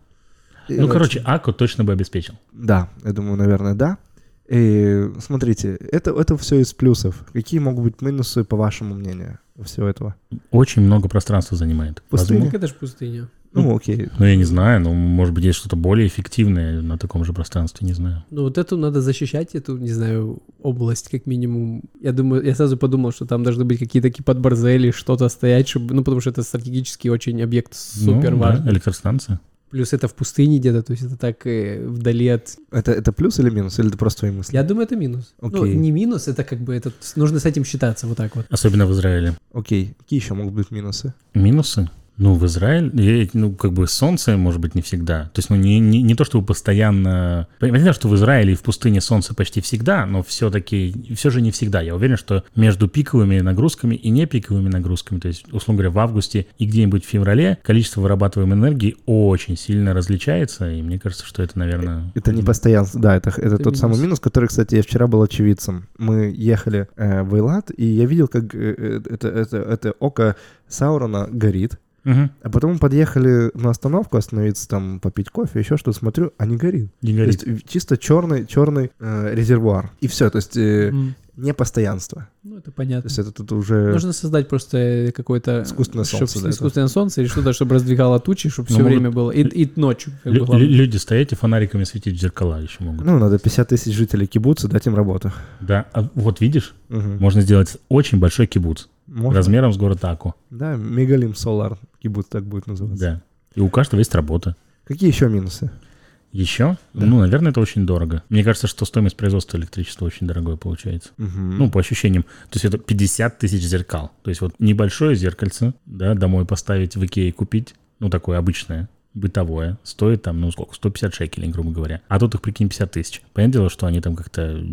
Э,
Ну, короче, Аку точно бы обеспечил.
Да, я думаю, наверное, да. И смотрите, это, это все из плюсов. Какие могут быть минусы, по вашему мнению, у всего этого?
Очень много пространства занимает.
Пустыня?
Возможно-
Это же пустыня.
Ну, окей,
Ну, я не знаю. Ну, может быть, есть что-то более эффективное на таком же пространстве, не знаю.
Ну, вот эту надо защищать, эту, не знаю, область, как минимум. Я думаю, я сразу подумал, что там должны быть какие-то такие подборзели, что-то стоять, чтобы, ну, потому что это стратегически очень объект супер
ну, да,
важный.
электростанция.
Плюс это в пустыне где-то, то есть это так э, вдали от...
Это, это плюс или минус, или это просто твои мысли?
Я думаю, это минус. Ну,
Окей.
не минус, это как бы этот... Нужно с этим считаться вот так вот.
Особенно в Израиле.
Окей, какие еще могут быть минусы?
Минусы? Ну, в Израиль, я- ну, как бы солнце, может быть, не всегда. То есть, ну, не, не, не то, чтобы постоянно... Понятно, что в Израиле и в пустыне солнце почти всегда, но все-таки, все же не всегда. Я уверен, что между пиковыми нагрузками и непиковыми нагрузками, то есть, условно говоря, в августе и где-нибудь в феврале количество вырабатываемой энергии очень сильно различается, и мне кажется, что это, наверное...
Э, Это не постоянство, да, это, это
Это
тот самый
минус.
минус, который, кстати, я вчера был очевидцем. Мы ехали э, в Эйлат, и я видел, как э, э, это, это, это око Саурона горит.
Мгм.
А потом мы подъехали на остановку остановиться, там, попить кофе, еще что-то, смотрю, а не горит.
Не
То
горит.
есть в- чисто черный, черный э, резервуар. И все, то есть э,
М,
непостоянство.
Ну, это
То
понятно.
есть это тут уже...
Нужно создать просто э, какое-то...
Искусственное
чтоб-
солнце, да,
искусственное солнце или что-то, чтобы раздвигало тучи, чтобы
Ну,
все
могут-
время было. И, и ночью.
э,
как бы,
Лю-
главное.
лю- люди стоять и фонариками светить в зеркала еще могут.
Ну, надо 50 тысяч жителей кибуца, дать им работу.
Да, а вот видишь,
Мгм.
можно сделать очень большой кибуц
Можно.
размером с город Аку.
Да, мегалим солар кибуц так будет называться.
Да. И у каждого есть работа.
Какие еще минусы?
Еще?
Да.
Ну, наверное, это очень дорого. Мне кажется, что стоимость производства электричества очень дорогое получается.
Мгм.
Ну, по ощущениям. То есть это 50 тысяч зеркал. То есть вот небольшое зеркальце, да, домой поставить в Икее купить, ну, такое обычное, бытовое, стоит там, ну, сколько, 150 шекелей, грубо говоря. А тут их, прикинь, 50 тысяч. Понятное дело, что они там как-то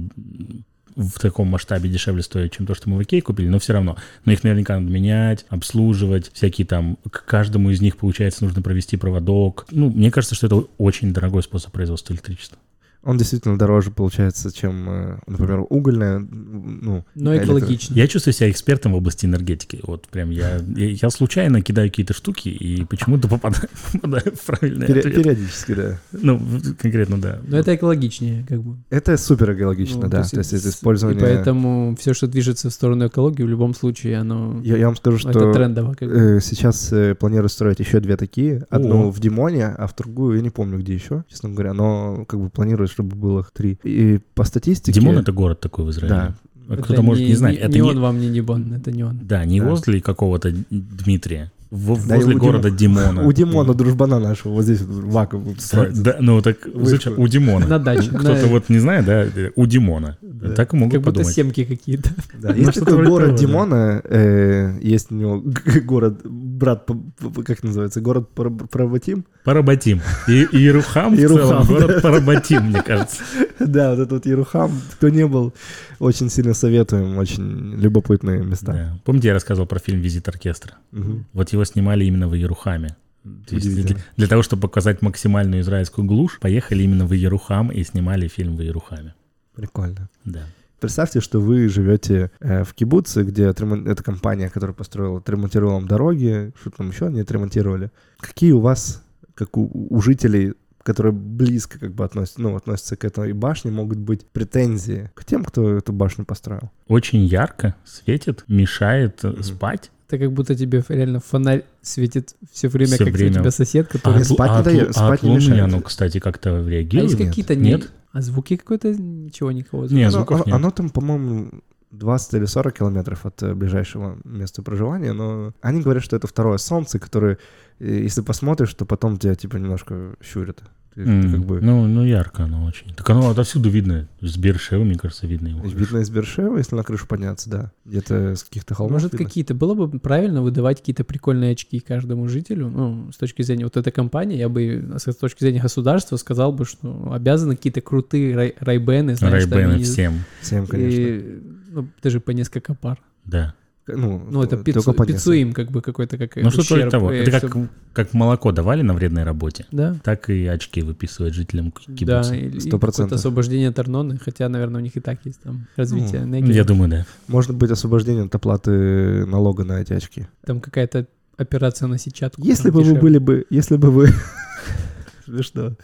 в таком масштабе дешевле стоят, чем то, что мы в Икее купили, но все равно. Но их наверняка надо менять, обслуживать, всякие там... К каждому из них, получается, нужно провести проводок. Ну, мне кажется, что это очень дорогой способ производства электричества.
Он действительно дороже получается, чем, э, например, угольная. Ну,
Но
электро-
экологично.
Я чувствую себя экспертом в области энергетики. Вот прям я, я, я случайно кидаю какие-то штуки и почему-то попадаю, попадаю в правильный
Пере-
ответ.
периодически, да.
Ну, в- конкретно, да.
Но это экологичнее, как бы.
Это супер экологично,
Ну,
да. То есть, это
с-
использование...
И поэтому все, что движется в сторону экологии, в любом случае, оно...
Я, я вам скажу,
Это
что
трендово. как бы.
э, сейчас э, планирую строить еще две такие. Одну
О.
в Димоне, а в другую я не помню, где еще, честно говоря. Но как бы планирую, чтобы было их три. И по статистике...
Димон — это город такой в Израиле.
Да.
А Кто-то, может, не, знает. Это
Не,
не-
он вам, не Дибон, это не он.
Да, не
Да.
возле какого-то Дмитрия. Во-
Да, и
возле
у Дим-
города Димона.
У Димона дружбана нашего вот здесь вот вакуум будет строиться.
Да, ну так,
Вышка.
слушай, у Димона.
На даче. на-
Кто-то вот не знает, да, у Димона. Так и могут
Как будто
подумать.
семки какие-то.
Да, Есть
что-то
такой
вроде
город
того, да.
Димона, э, есть у него г- город, брат, п- п- как называется, город Пар- Парватим.
Парабатим. И Ирухам в целом
Иерухам,
город Парабатим, мне кажется.
Да, вот этот вот Ерухам, кто не был, очень сильно советуем, очень любопытные места.
Да. Помните, я рассказывал про фильм «Визит оркестра»?
Мгм.
Вот его снимали именно в Ерухаме. То есть
Удивительно.
для, для того, чтобы показать максимальную израильскую глушь, поехали именно в Ерухам и снимали фильм в Ерухаме.
Прикольно.
Да.
Представьте, что вы живете э, в кибуце, где отремон- эта компания, которая построила, отремонтировала вам дороги, что там еще они отремонтировали. Какие у вас, как у, у жителей, которые близко как бы относятся, ну, относятся к этой башне, могут быть претензии к тем, кто эту башню построил?
Очень ярко светит, мешает э, спать.
Это как будто тебе реально фонарь светит все время,
Всё
как у
время.
тебя сосед,
А
который...
от лу-
спать не
а от лу-
дает,
а
спать
от
не
луны
мешает.
оно, кстати, как-то
А есть
реагирует.
нет.
какие-то... не-
Нет?
А звуки какой-то? Ничего никакого.
Не,
Оно-
звуков
Ну, оно,
нет.
оно там, по-моему, 20 или 40 километров от э, ближайшего места проживания, но они говорят, что это второе солнце, которое, э, если посмотришь, то потом тебя типа немножко щурит. Ты
М,
как бы
ну, ну, ярко оно очень. Так оно отовсюду видно. С Бершева, мне кажется, видно
ну,
его. хорошо.
видно из Бершева, если на крышу подняться, да. Где-то с каких-то холмов.
А Может,
видно.
какие-то... Было бы правильно выдавать какие-то прикольные очки каждому жителю. Ну, с точки зрения вот этой компании, я бы э, с точки зрения государства сказал бы, что обязаны какие-то крутые рай- райбены, знаешь, там,
Райбены
и-
всем.
Всем, конечно.
и, ну, даже по несколько пар.
Да.
Ну,
Ну, это
т-
пиццу,
только понятно.
пиццу им как бы какой-то как
Ну, что-то вроде
ущерб,
того.
э,
Это как,
чтоб-
как молоко давали на вредной работе,
Да,
так и очки выписывать жителям к-
да,
кибуца.
или
Сто
какое-то
процентов.
освобождение Торноны, хотя, наверное, у них и так есть там развитие
Ну,
энергии.
Я думаю, да.
Может быть, освобождение от оплаты налога на эти очки.
Там какая-то операция на сетчатку.
Если
там
бы вы
дешевле.
были бы... Если бы вы... Смешно.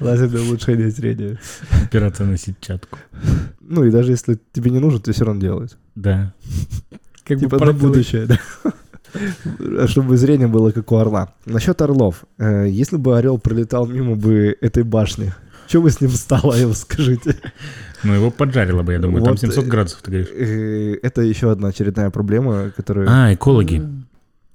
Лазерное улучшение зрения.
Операция на сетчатку.
Ну и даже если тебе не нужен, ты все равно делают.
Да.
Как бы
Типа на
продуло.
будущее, да. Чтобы зрение было как у орла. Насчет орлов. Э, Если бы орел пролетал мимо бы этой башни, что бы с ним стало, Эл, скажите?
Ну, его поджарило бы, я думаю. Там
Вот,
700
э,
градусов, ты говоришь.
Э, Это еще одна очередная проблема, которую...
А, экологи.
М.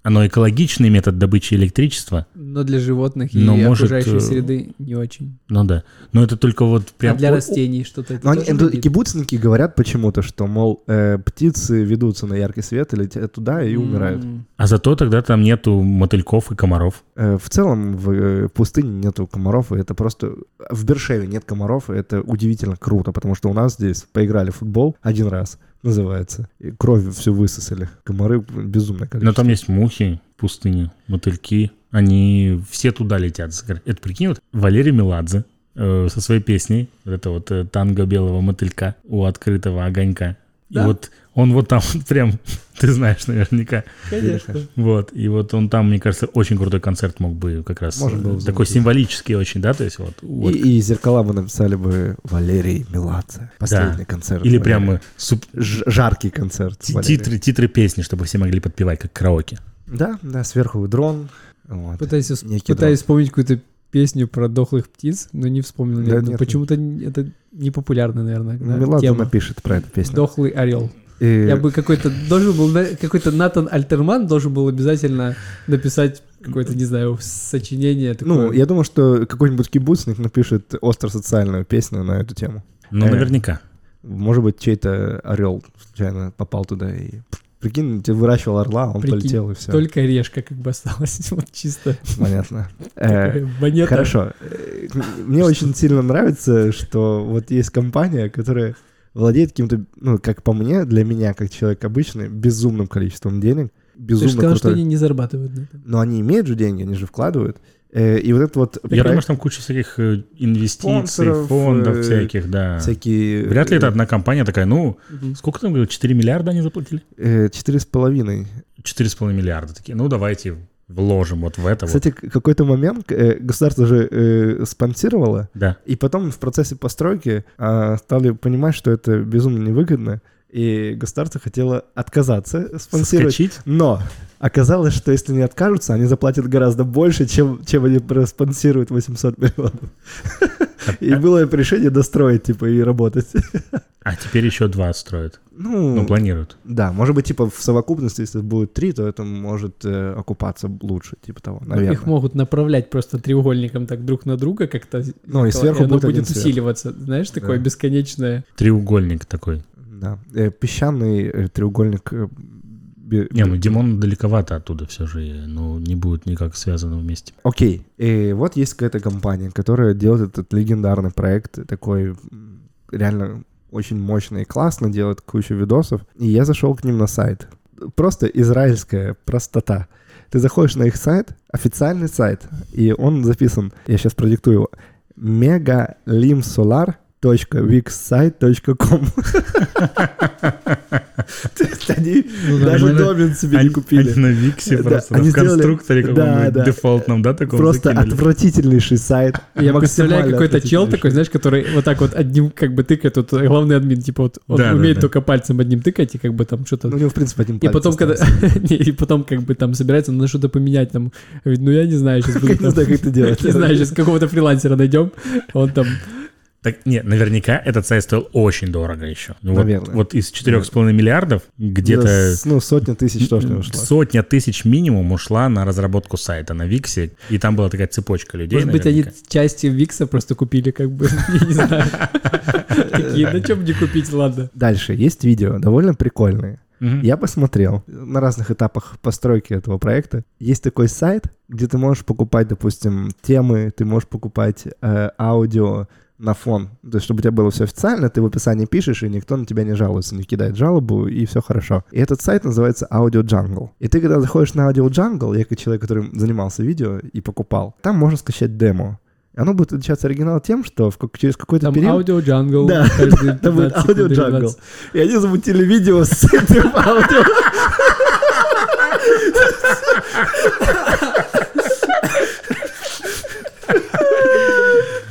Оно экологичный метод добычи электричества,
Но для животных
Но,
и
может,
окружающей
э,
среды не очень.
ну да. Но это только вот
А
прям...
для
о- о-
растений что-то это
Но Ну, они,
тоже
это
вредит?
кибуцники говорят почему-то, что, мол, э, птицы ведутся на яркий свет и летят туда и умирают.
М,
А зато тогда там нету мотыльков и комаров.
Э, в целом в э, пустыне нету комаров, и это просто... В Бершеве нет комаров, и это удивительно круто, потому что у нас здесь поиграли в футбол один раз, называется, и кровь всю высосали. Комары безумное количество.
Но там есть мухи, пустыни, мотыльки. Они все туда летят. Это прикинь, вот Валерий Меладзе э, со своей песней, вот это вот э, танго белого мотылька у открытого огонька. И
Да.
вот он вот там вот прям, ты знаешь наверняка,
Конечно.
вот, и вот он там, мне кажется, очень крутой концерт мог бы как раз,
Можно
э,
было
такой
замутить.
символический очень, да, то есть вот, вот.
И, и зеркала бы написали бы Валерий Меладзе. Последний концерт.
или
Валерия.
прямо суп-
Ж- жаркий концерт.
ти-
Валерия.
титры, титры песни, чтобы все могли подпевать, как караоке.
Да, да, сверху дрон. Вот.
Пытаюсь, ус-
Некий
пытаюсь вспомнить какую-то песню про дохлых птиц, но не вспомнил. ни
Да
одну.
нет.
Почему-то н- это не популярно, наверное,
Ну,
да,
Меладзе
тема.
напишет про эту песню.
Дохлый орел.
И
Я бы какой-то должен был, на- какой-то Натан Альтерман должен был обязательно написать какое-то, не знаю, сочинение такое.
Ну, я думаю, что какой-нибудь кибуцник напишет остросоциальную песню на эту тему.
Ну,
Э.
наверняка.
Может быть, чей-то орел случайно попал туда и... Прикинь, ты выращивал орла, он
Прикинь,
полетел и все.
Только решка как бы осталась, вот чисто
Понятно. Э,
такая монета.
Хорошо. Э, Мне очень сильно нравится, что вот есть компания, которая владеет каким-то, ну, как по мне, для меня, как человек обычный, безумным количеством денег.
Ты
Безумно
же сказал, что
крутой.
они не зарабатывают на этом.
Но они имеют же деньги, они же вкладывают. Э, И вот это вот...
Я
проект,
думаю, что там куча всяких э, инвестиций,
Спонсоров,
фондов
э,
всяких, да.
всякие...
Вряд ли это
э,
одна компания такая, ну,
Мгм.
сколько там, говорю, 4 миллиарда они заплатили?
э, Четыре с половиной.
4,5 миллиарда. Такие, ну, давайте вложим вот в это
Кстати, к- какой-то момент э, государство же э, спонсировало,
вот. Да.
и потом в процессе постройки а, стали понимать, что это безумно невыгодно, и государство хотело отказаться спонсировать.
Соскочить?
Но оказалось, что если не откажутся, они заплатят гораздо больше, чем, чем они проспонсируют 800 миллионов. И было решение достроить, типа, и работать.
А теперь еще два строят. Ну,
Ну,
планируют.
да, может быть, типа, в совокупности, если будет три, то это может э, окупаться лучше, типа того,
Ну, Их
наверное.
могут направлять просто треугольником так друг на друга как-то.
Ну, и
то-
сверху
оно
будет один
будет
цвет.
усиливаться. Знаешь, такое
Да.
бесконечное.
Треугольник такой.
Да. Э, Песчаный э, треугольник... э, бе-
Не, ну Димон далековато оттуда все же, и, ну, не будет никак связано вместе.
Окей, и вот есть какая-то компания, которая делает этот легендарный проект, такой м, реально очень мощный и классно, делает кучу видосов. И я зашел к ним на сайт. Просто израильская простота. Ты заходишь на их сайт, официальный сайт, и он записан, я сейчас продиктую его, megalimsolar.wixsite.com То есть Они даже
Ну, нормально.
домен себе не
Они-
купили.
Они на Виксе
Да,
просто,
они
в
сделали-
конструкторе
Да,
каком-нибудь
да.
дефолтном, да, таком
Просто
закинули?
отвратительнейший сайт.
Я представляю,
А Максимально
какой-то чел
отвратительнейший.
такой, знаешь, который вот так вот одним как бы тыкает, вот главный админ, типа вот он
Да, да,
умеет
да.
только пальцем одним тыкать и как бы там что-то...
Ну, у него, в принципе, один
и
палец
потом, когда...
остался.
не, и потом как бы там собирается на что-то поменять там. Говорит, ну я не знаю, сейчас
Я не знаю, как это делать.
Не знаю, сейчас какого-то фрилансера найдем, он там...
Так, нет, наверняка этот сайт стоил очень дорого еще. Ну, вот-
Наверное.
Вот из 4,5 миллиардов где-то...
С- Ну, сотня тысяч точно ушло.
Сотня тысяч минимум ушла на разработку сайта на Виксе, и там была такая цепочка людей.
Может быть, они
наверняка.
части Викса просто купили как бы, я не знаю. Такие, на чем не купить, ладно.
Дальше есть видео, довольно прикольные.
Мгм.
Я посмотрел на разных этапах постройки этого проекта. Есть такой сайт, где ты можешь покупать, допустим, темы, ты можешь покупать э, аудио на фон. То есть, чтобы у тебя было все официально, ты в описании пишешь, и никто на тебя не жалуется, не кидает жалобу, и все хорошо. И этот сайт называется Audio Jungle. И ты, когда заходишь на Audio Jungle, я как человек, который занимался видео и покупал, там можно скачать демо. Оно будет отличаться оригинал тем, что в как- через какой-то
Там
период...
аудио джангл.
Да, Это будет аудио джангл. И они замутили видео с этим аудио.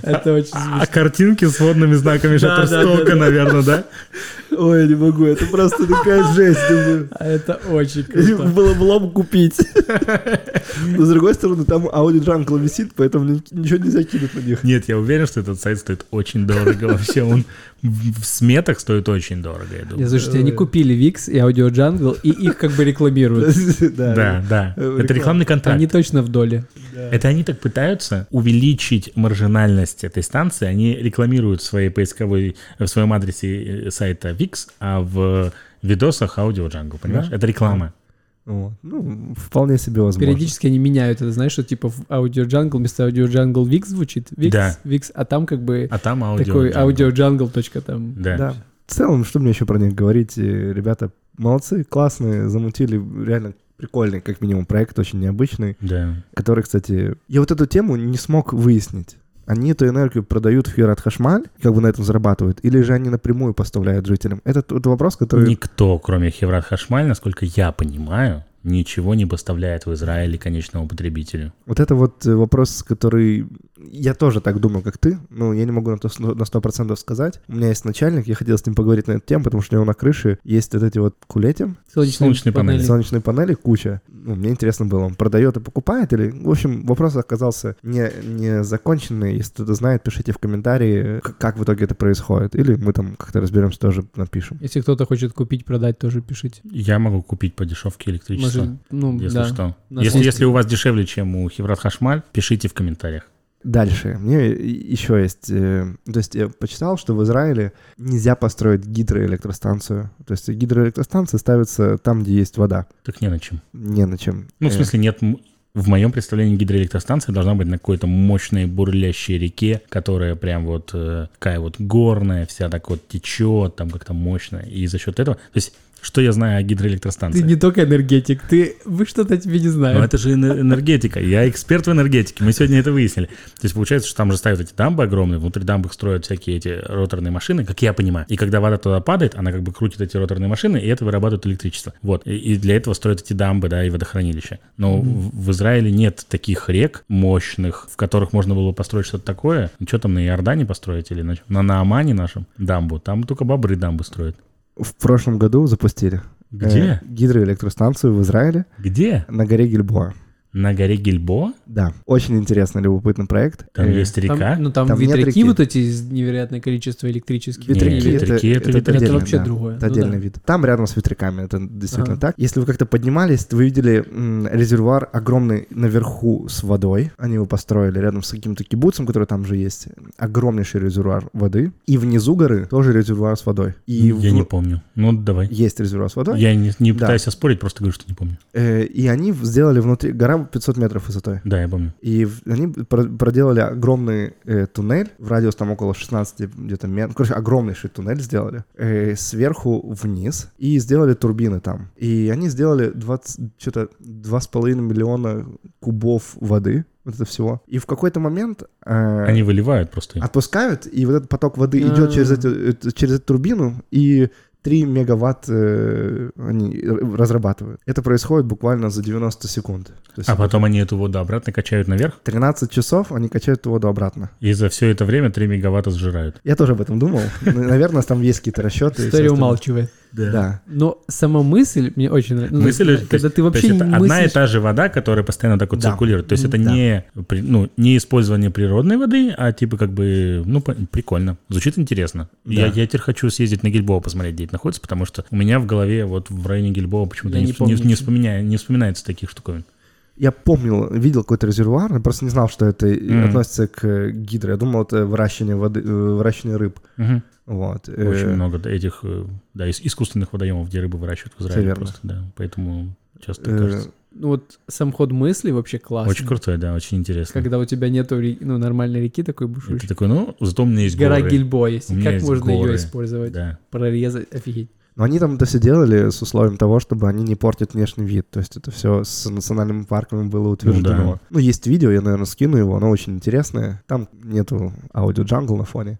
Это очень смешно.
А картинки с водными знаками
Да, да,
А Шаттерстока,
да, да.
наверное, да?
Ой, я не могу, это просто такая жесть, думаю.
А это очень круто.
Было бы лом купить. Но с другой стороны, там Audi Jungle висит, поэтому ни- ничего нельзя кинуть на них.
Нет, я уверен, что этот сайт стоит очень дорого вообще. Он в в сметах стоит очень дорого, я
Я
думаю.
слушайте, они купили Викс и Аудио Джангл, и их как бы рекламируют.
Да, да.
Э,
Это рекламный контракт.
Они точно в доле.
Это они так пытаются увеличить маржинальность этой станции. Они рекламируют в своей поисковой, в своем адресе э, сайта VIX, а в видосах аудио Джангл, понимаешь? Это реклама.
Вот. Ну, вполне себе возможно.
Периодически они меняют это, знаешь, что типа в Аудио Джангл вместо Аудио Джангл Викс звучит.
Да.
Викс, Викс, а там как бы
А там аудио.
такой
Джангл.
Аудио Джангл точка там.
Да.
Да. В целом, что мне еще про них говорить? Э, Ребята, молодцы, классные, замутили, реально прикольный, как минимум, проект, очень необычный,
Да.
который, кстати... Я вот эту тему не смог выяснить. Они эту энергию продают в Хират Хашмаль, как бы на этом зарабатывают, или же они напрямую поставляют жителям? Это тот вопрос, который...
Никто, кроме Хеврат Хашмаль, насколько я понимаю, ничего не поставляет в Израиле конечному потребителю.
Вот это вот э, вопрос, который... Я тоже так думал, как ты, но я не могу на то с- на сто процентов сказать. У меня есть начальник, я хотел с ним поговорить на эту тему, потому что у него на крыше есть вот эти вот кулети,
Солнечные панели. Или-
Солнечные панели куча. Ну, мне интересно было, он продает и покупает или... В общем, вопрос оказался не, не законченный. Если кто-то знает, пишите в комментарии, к- как в итоге это происходит. Или мы там как-то разберемся, тоже напишем.
Если кто-то хочет купить, продать, тоже пишите.
Я могу купить по дешевке электричество,
Может, ну,
если
да.
что.
На
Если,
самом
если
деле.
у вас дешевле, чем у Хеврат Хашмаль, пишите в комментариях.
Дальше. Мне и- еще есть... э, То есть я почитал, что в Израиле нельзя построить гидроэлектростанцию. То есть гидроэлектростанции ставятся там, где есть вода.
Так не на чем.
Не на чем.
Ну, в
Э,
смысле, нет... м- В моем представлении гидроэлектростанция должна быть на какой-то мощной бурлящей реке, которая прям вот э, такая вот горная, вся так вот течет, там как-то мощная. И за счет этого... То есть, что я знаю о гидроэлектростанции?
Ты не только энергетик, ты... Вы что-то о тебе не
Но
знаете.
Ну, это же эне- энергетика. Я эксперт в энергетике. Мы сегодня это выяснили. То есть получается, что там же ставят эти дамбы огромные, внутри дамбы строят всякие эти роторные машины, как я понимаю. И когда вода туда падает, она как бы крутит эти роторные машины, и это вырабатывает электричество. Вот. И, и для этого строят эти дамбы, да, и водохранилища. Но в, в Израиле нет таких рек мощных, в которых можно было бы построить что-то такое. Ну, что там на Иордане построить или на, чём? на Наамане нашем дамбу? Там только бобры дамбы строят.
В прошлом году запустили. э,
Где?
Гидроэлектростанцию в Израиле
Где?
на горе Гильбоа.
На горе Гильбоа?
Да, очень интересный, любопытный проект.
Там
Э,
есть
Там-
река.
ну, там,
Там нет
ветряки
реки.
вот эти с- невероятное количество электрических.
Ветряки
Нет,
это- ветряки это ветряки.
Это
отдельно,
вообще
да.
другое.
Это
Ну
отдельный
да.
вид. Там рядом с ветряками, это действительно
Ага.
так. Если вы как-то поднимались, вы видели м, резервуар огромный наверху с водой. Они его построили рядом с каким-то кибуцем, который там же есть. Огромнейший резервуар воды. И внизу горы тоже резервуар с водой. И
Я не
в-
помню. Ну, давай.
Есть резервуар с водой.
Я не, не
Да.
пытаюсь оспорить, просто говорю, что не помню.
Э, и они в- сделали внутри... Гора 500 метров высотой.
Да, я помню.
И в- они про- проделали огромный э, туннель в радиус там около 16 где-то метров. Короче, огромнейший туннель сделали. э, сверху вниз. И сделали турбины там. И они сделали 20, что-то 2,5 миллиона кубов воды. Вот это всего. И в какой-то момент... э,
Они выливают просто.
Отпускают, и вот этот поток воды
А.
идет через эту, эту- через эту турбину, и 3 мегаватт э, они р- разрабатывают. Это происходит буквально за 90 секунд. То есть
А потом они эту воду обратно качают наверх,
13 часов они качают эту воду обратно.
и за все это время 3 мегаватта сжирают.
Я тоже об этом думал. Ну, Наверное, там есть какие-то расчеты.
История
и всё остальное.
умалчивает.
Да.
Но сама мысль мне очень нравится. Ну, то есть,
Мысль, то
когда
есть-
ты
то
вообще
есть
не
это одна и
мыслишь-
та же вода, которая постоянно так вот
Да.
циркулирует. То есть это
Да.
не, при- ну, не использование природной воды, а типа как бы, ну, по- прикольно. Звучит интересно. Я, я теперь хочу съездить на Гильбоа, посмотреть, где это находится, потому что у меня в голове вот в районе Гильбоа почему-то
Я
не,
не
вс- не,
помню.
не вспоминая- не вспоминается таких штуковин.
Я помнил, видел какой-то резервуар, но просто не знал, что это и
Мгм.
относится к э, гидро. Я думал, это выращивание воды, э, выращивание рыб.
Мгм.
Вот. Э,
Очень много да, этих, э, да, из искусственных водоемов, где рыбы выращивают в Израиле
верно.
просто, да. Поэтому часто
э,
кажется.
Ну, вот сам ход мысли вообще классный.
Очень крутой, да, очень интересно.
а Когда у тебя нету ре- ну, нормальной реки такой
И ты
бушующей.
такой, ну, зато у меня есть
Гора
горы.
Гильбоа есть.
У меня
Как
есть
можно
горы.
ее использовать?
Да.
Прорезать, офигеть.
Но они там это все делали с условием того, чтобы они не портят внешний вид. То есть это все с национальными парками было утверждено. Ну,
Ну да.
есть видео, я, наверное, скину его, оно очень интересное. Там нету аудио джангл на фоне.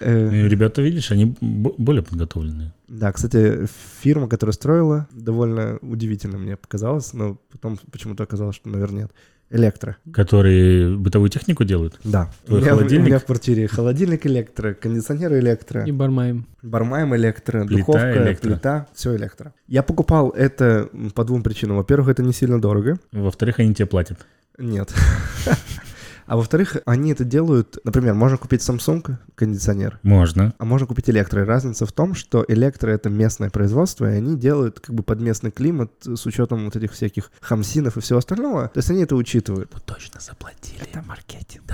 Э,
Ну, и ребята, видишь, они б- более подготовленные.
Да, кстати, фирма, которая строила, довольно удивительно мне показалось, но потом почему-то оказалось, что, наверное, нет. Электро.
которые бытовую технику делают.
Да.
Твой
у, меня,
холодильник?
у меня в квартире холодильник электро, кондиционер электро,
И бармаем.
бармаем электро,
Плита
духовка,
электро.
плита, все электро. Я покупал это м, по двум причинам. Во-первых, это не сильно дорого.
Во-вторых, они тебе платят.
Нет. А во-вторых, они это делают, например, можно купить Samsung кондиционер,
Можно.
а можно купить электро. И разница в том, что электро — это местное производство, и они делают как бы под местный климат э, с учетом вот этих всяких хамсинов и всего остального. То есть они это учитывают.
Ну точно заплатили. Это маркетинг.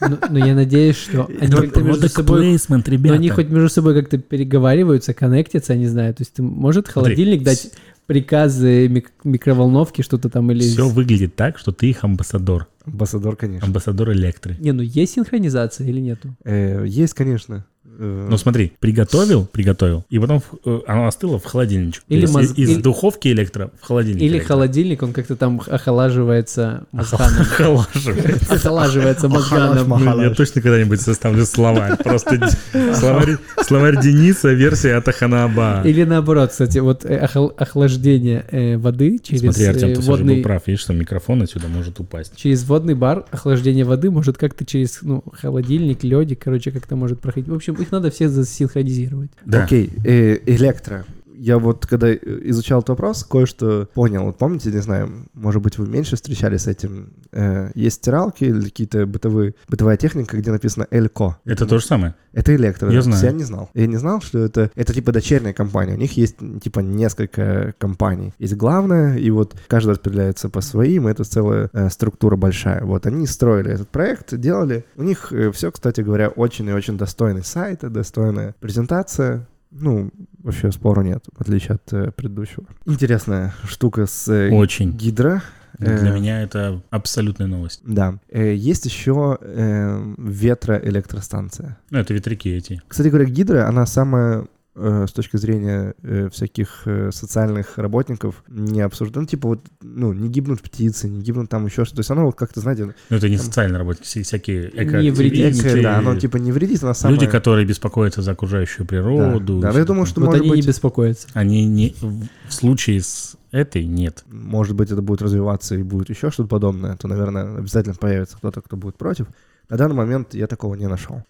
Но, Ну, но я надеюсь, что они как-то между собой... Но
ребята.
они хоть между собой как-то переговариваются, коннектятся, я не знаю. То есть ты- может
Смотри,
холодильник дать приказы мик- микроволновки, что-то там или...
Все выглядит так, что ты их амбассадор.
Амбассадор, конечно.
Амбассадор электры.
Не, ну есть синхронизация или нету?
Э, Есть, конечно. Э,
Ну смотри, приготовил, приготовил, и потом в- э, оно остыло в холодильничек.
Или
То есть
моз-
из, из
или-
духовки электро в холодильник.
Или
электро.
холодильник, он как-то там охолаживается мозганом.
Холаживает.
Охолаживается мозганом.
Ну, Я точно когда-нибудь составлю слова. Просто д- словарь словарь Дениса, версия от Аханаба.
Или наоборот, кстати, вот э, охол- охлаждение э, воды через
Смотри, Артем,
э,
ты все же был
водный...
прав. Видишь, что микрофон отсюда может упасть.
Через водный бар охлаждение воды может как-то через ну, холодильник, ледик, короче, как-то может проходить. В общем, их надо все засинхронизировать.
Да.
Окей, э, электро. Я вот когда э, изучал этот вопрос, кое-что понял. Вот Помните, не знаю, может быть, вы меньше встречались с этим. Э, Есть стиралки или какие-то бытовые, бытовая техника, где написано «Элько».
Это то же самое.
Это электро.
Я знаю.
Я не знал. Я не знал, что это... Это типа дочерняя компания. У них есть м, типа несколько компаний. Есть главная, и вот каждая распределяется по своим. и Это целая э, структура большая. Вот они строили этот проект, делали. У них все, кстати говоря, очень и очень достойный сайт, достойная презентация. Ну, вообще спору нет, в отличие от э, предыдущего. Интересная штука с э,
Очень.
гидро.
Ну, Для
Э,
меня это абсолютная новость.
Да. Э, есть еще э, ветроэлектростанция.
Ну, это ветряки эти.
Кстати говоря, Гидра, она самая э, с точки зрения э, всяких э, социальных работников не обсуждена. Ну, типа вот, ну, не гибнут птицы, не гибнут там еще что-то. То есть она вот как-то, знаете,
Ну, это не
Там-
социальная работа, вся- всякие
Не
экоактивисты,
вредит,
эко, да, она типа не вредит, она самая...
Люди, которые беспокоятся за окружающую
да,
природу. и
да,
всё
но я
такое.
думаю, что
вот
может
они
быть...
не беспокоятся.
Они не... В в случае с этой нет.
может быть, это будет развиваться и будет еще что-то подобное, то, наверное, обязательно появится кто-то, кто будет против. На данный момент я такого не нашел.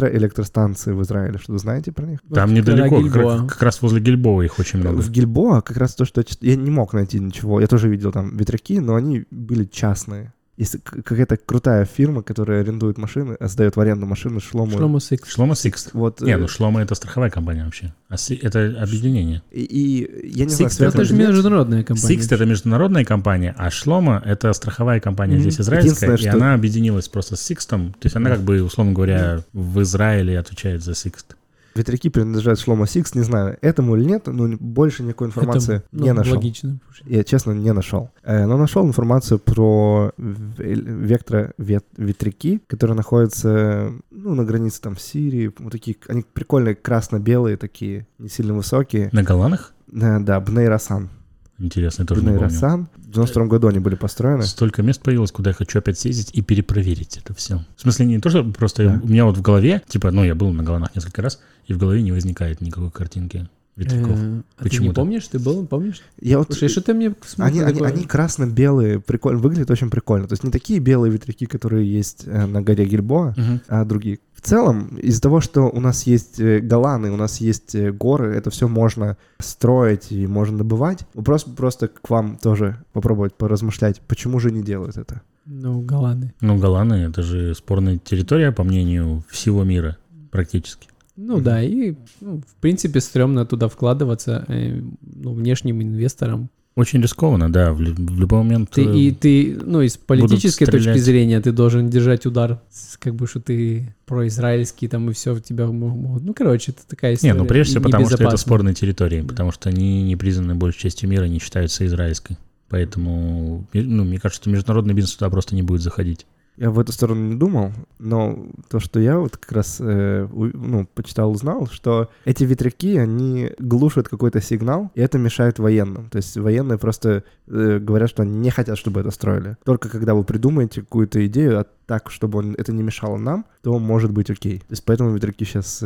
Ветроэлектростанции в Израиле, что вы знаете про них?
Там
Вот гора
недалеко, как, раз-
Гильбоа.
как раз возле Гильбоа их очень много.
В Гильбоа как раз то, что я, чит- я не мог найти ничего. Я тоже видел там ветряки, но они были частные. Если к- какая-то крутая фирма, которая арендует машины, а сдает в аренду машины Шлому.
Шлома Сикс.
Шлома Сикст.
Вот,
Не,
э,
ну Шлома это страховая компания вообще. А Си- это объединение.
и, и я не
Six
знаю,
это
связано
Это
ли
же
нет.
международная компания.
Сикст это международная компания, а Шлома это страховая компания
Мгм.
здесь израильская,
Единственное,
и
что-
она объединилась просто с Сикстом. То есть она как бы, условно говоря, в Израиле отвечает за Сикст.
Ветряки принадлежат Шлома Сикс, не знаю, этому или нет, но больше никакой
Это,
информации
ну,
не нашел.
Логично.
Я, честно, не нашел. Э, Но нашел информацию про в- эль- вектора вет- ветряки, которые находятся ну, на границе там Сирии. Вот такие, они прикольные, красно-белые такие, не сильно высокие.
На Голланах?
Э, Да, Бнейрасан.
Интересно, я тоже не помню.
Бнейрасан. В 92 году они были построены.
Столько мест появилось, куда я хочу опять съездить и перепроверить это все. В смысле, не то, что просто
Да.
у меня вот в голове, типа, ну, я был на Голланах несколько раз, и в голове не возникает никакой картинки ветряков.
А ты не
Почему-то.
помнишь? Ты был, помнишь?
Я вот...
Слушай, а что ты мне смутно
Они, они,
такое?
они красно-белые, прикольно, выглядят очень прикольно. То есть не такие белые ветряки, которые есть э, на горе Гильбоа,
Мгм.
а другие. В целом, из-за того, что у нас есть э, голаны, у нас есть э, горы, это все можно строить и можно добывать. Вопрос просто к вам тоже попробовать поразмышлять, почему же не делают это?
Ну, голланды.
Ну, Голланы — это же спорная территория, по мнению всего мира практически.
Ну да, и ну, в принципе стрёмно туда вкладываться э, ну, внешним инвесторам.
Очень рискованно, да, в, лю- в любой момент...
Ты,
э,
и ты, ну, из политической точки
стрелять.
зрения, ты должен держать удар, с- как бы, что ты произраильский там и все в тебя мо- могут. Ну, короче, это такая
Не,
история.
ну прежде всего,
и
потому что это
небезопасна.
спорные территории, потому что они не признаны большей частью мира, не считаются израильской. Поэтому, и- ну, мне кажется, что международный бизнес туда просто не будет заходить.
Я в эту сторону не думал, но то, что я вот как раз э, у- ну, почитал, узнал, что эти ветряки, они глушат какой-то сигнал, и это мешает военным. То есть военные просто э, говорят, что они не хотят, чтобы это строили. Только когда вы придумаете какую-то идею, а так, чтобы он, это не мешало нам, то может быть окей. То есть поэтому ветряки сейчас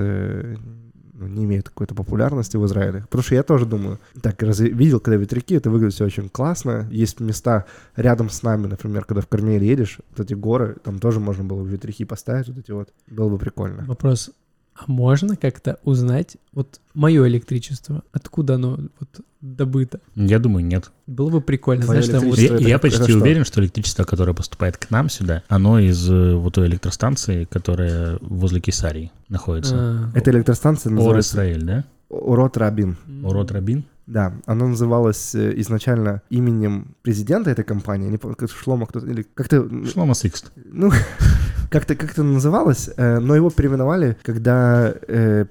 ну, не имеют какой-то популярности в Израиле. Потому что я тоже думаю, так, разве видел, когда ветряки, это выглядит все очень классно. Есть места рядом с нами, например, когда в Кармеле едешь, вот эти горы, там тоже можно было бы ветряки поставить, вот эти вот. Было бы прикольно.
Вопрос, а можно как-то узнать, вот мое электричество, откуда оно вот добыто?
Я думаю, нет.
Было бы прикольно,
Твоё
знаешь, там вот...
электричество-
Я,
это-
я
это
почти
что?
уверен, что электричество, которое поступает к нам сюда, оно из э, вот той электростанции, которая возле Кесарии находится.
а,
Эта электростанция
Ор
называется
Исраэль, да?
Урод Рабин.
м,
Урод Рабин?
Да, она называлась э, изначально именем президента этой компании, не помню, как Шлома кто-то, или как-то... м,
Шлома Сикст.
Ну, как-то как называлось, э, но его переименовали, когда э,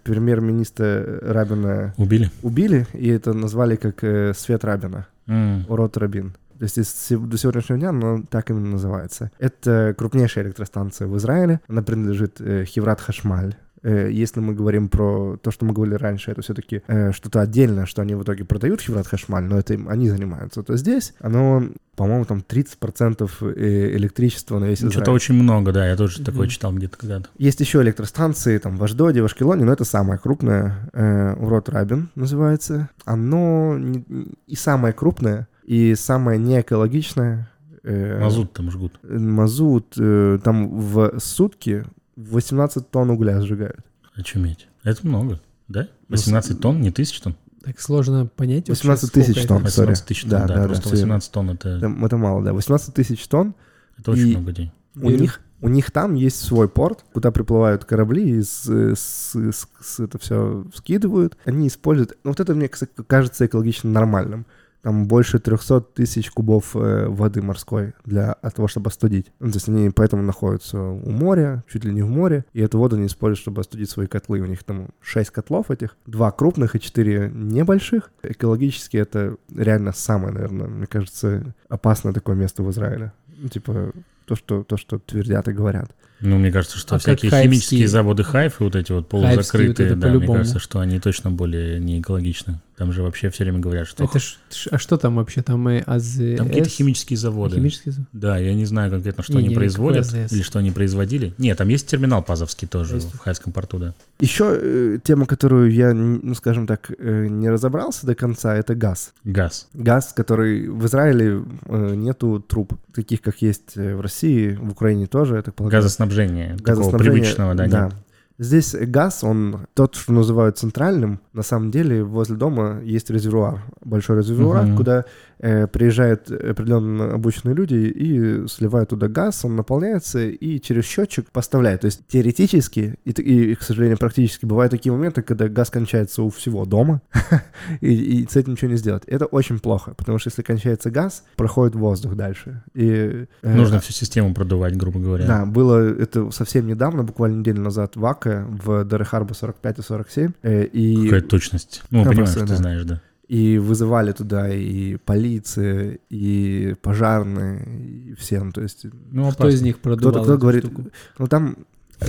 премьер-министра Рабина
Убили?
убили, и это назвали как э, «Свет Рабина»,
М.
«Урод Рабин». То есть из сев- до сегодняшнего дня она так именно называется. Это крупнейшая электростанция в Израиле. Она принадлежит э, Хеврат Хашмаль. Э, Если мы говорим про то, что мы говорили раньше, это все-таки что-то отдельное, что они в итоге продают Хеврат Хашмаль, но это им они занимаются. То здесь оно, по-моему, там 30% э, электричества на весь Израиль.
Что-то очень много, да, я тоже такое
Мгм.
читал где-то когда-то.
Есть еще электростанции там в Аждоде, в Ашкелоне, но это самая крупная, э, Урод Рабин называется. Оно не- и самое крупное, и самое неэкологичное. э,
Мазут там жгут.
э, Мазут. э, там в сутки 18 тонн угля сжигают.
Очуметь. А Это много, да?
Ну,
18 тонн, не тысяч тонн?
Так сложно понять. вообще,
18 тысяч
сколько это.
тонн.
18
Sorry.
тысяч тонн,
Ну, Да,
да.
да, да,
просто
всё верно.
18 тонн это,
Там это мало, да. 18 тысяч тонн.
это очень
и-
много денег.
У
Верю.
них, у них там есть свой порт, куда приплывают корабли и с- с- с- с- это все скидывают. Они используют... Ну, вот это мне кс- кажется экологично нормальным. Там больше 300 тысяч кубов э, воды морской для от того, чтобы остудить. Ну, то есть они поэтому находятся у моря, чуть ли не в море, и эту воду они используют, чтобы остудить свои котлы. У них там 6 котлов этих, два крупных и 4 небольших. Экологически это реально самое, наверное, мне кажется, опасное такое место в Израиле. Ну, типа, то, что, то, что твердят и говорят.
Ну, мне кажется, что
А как
всякие
хайфские?
химические заводы Хайф и вот эти вот
Хайфские вот это
полузакрытые, да, мне
по-любому.
кажется, что они точно более не экологичны. Там же вообще все время говорят, что
Это ж- ш- а что там вообще? Там и АЗС?
там какие-то химические заводы.
Химические заводы?
Да, я не знаю конкретно, что
Не,
они
не
производят
КВЗС.
или что они производили. Нет, там есть терминал Пазовский тоже
Есть.
в Хайском порту, да.
Еще э, тема, которую я, н- ну, скажем так, э, не разобрался до конца, это газ.
Газ.
Газ, который в Израиле э, нету труб, таких, как есть э, в России, в Украине тоже, я так полагаю.
Газоснабжение. Такого
газоснабжение,
привычного, да, нет.
Здесь газ, он тот, что называют центральным. На самом деле возле дома есть резервуар, большой резервуар,
Мгм.
куда э, приезжают определенно обученные люди и сливают туда газ, он наполняется и через счетчик поставляют. То есть теоретически и, т- и, к сожалению, практически бывают такие моменты, когда газ кончается у всего дома, и, и с этим ничего не сделать. Это очень плохо, потому что если кончается газ, проходит воздух дальше. И, э,
Нужно всю систему продувать, грубо говоря.
да, было это совсем недавно, буквально неделю назад в АКО, в Дарахарбу 45 и 47, э, и,
Какая точность. Ну,
Да,
понимаешь,
просто,
что
да.
ты знаешь, да.
и вызывали туда и полиция, и пожарные, и все, ну, то есть...
Ну,
Кто из них продувал
Кто-то кто
эту
говорит,
штуку?
ну там,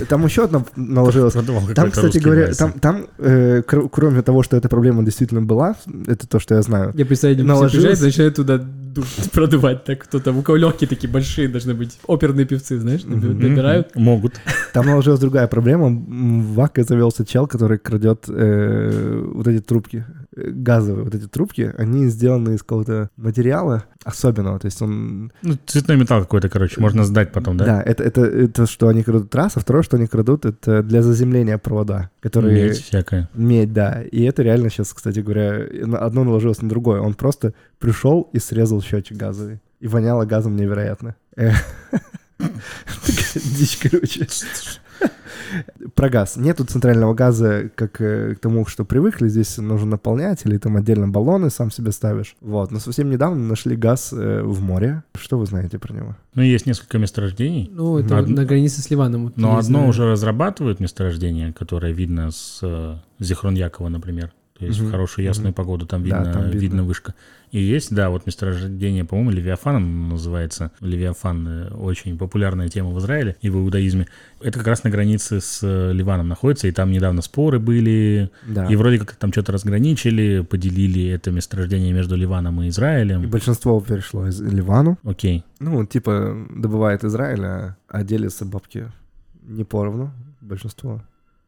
там еще одна наложилась Там, кстати говоря, там, там э, кр- кроме того, что эта проблема действительно была, это то, что я знаю,
Я представляю, они все
наложилось.
приезжают, начинают туда ду- продувать, так кто там, у кого легкие такие большие должны быть, оперные певцы, знаешь, наби- набирают.
Могут.
Там наложилась другая проблема. М, В АК завелся чел, который крадет э, вот эти трубки, э, газовые вот эти трубки. Они сделаны из какого-то материала особенного. То есть он...
Ну, цветной металл какой-то, короче, можно сдать потом, да?
это, это, это что они крадут раз, а второе, что они крадут, это для заземления провода, которые...
Медь всякая.
Медь, да. И это реально сейчас, кстати говоря, на- одно наложилось на другое. Он просто пришел и срезал счетчик газовый. И воняло газом невероятно. Э. Такая Дичь, короче. Про газ. Нету центрального газа, как э, к тому, что привыкли. Здесь нужно наполнять, или там отдельно баллоны сам себе ставишь. Вот. Но совсем недавно нашли газ э, в море. Что вы знаете про него?
Ну, есть несколько месторождений.
Ну, это вот
Одно-
на границе с Ливаном. вот
Но
я
Ну, одно
знаю.
уже разрабатывают месторождение, которое видно с э, Зихрон Якова, например. То есть в
Мгм.
хорошую ясную погоду там
Да,
видно,
там видно.
видно. вышка. И есть, да, вот месторождение, по-моему, Левиафаном оно называется. Левиафан э, очень популярная тема в Израиле и в иудаизме. Это как раз на границе с э, Ливаном находится, и там недавно споры были,
Да.
и вроде как там что-то разграничили, поделили это месторождение между Ливаном и
И
Израилем.
большинство перешло из Ливану.
Окей.
Ну, типа, добывает Израиль, а, а делятся бабки не поровну, большинство.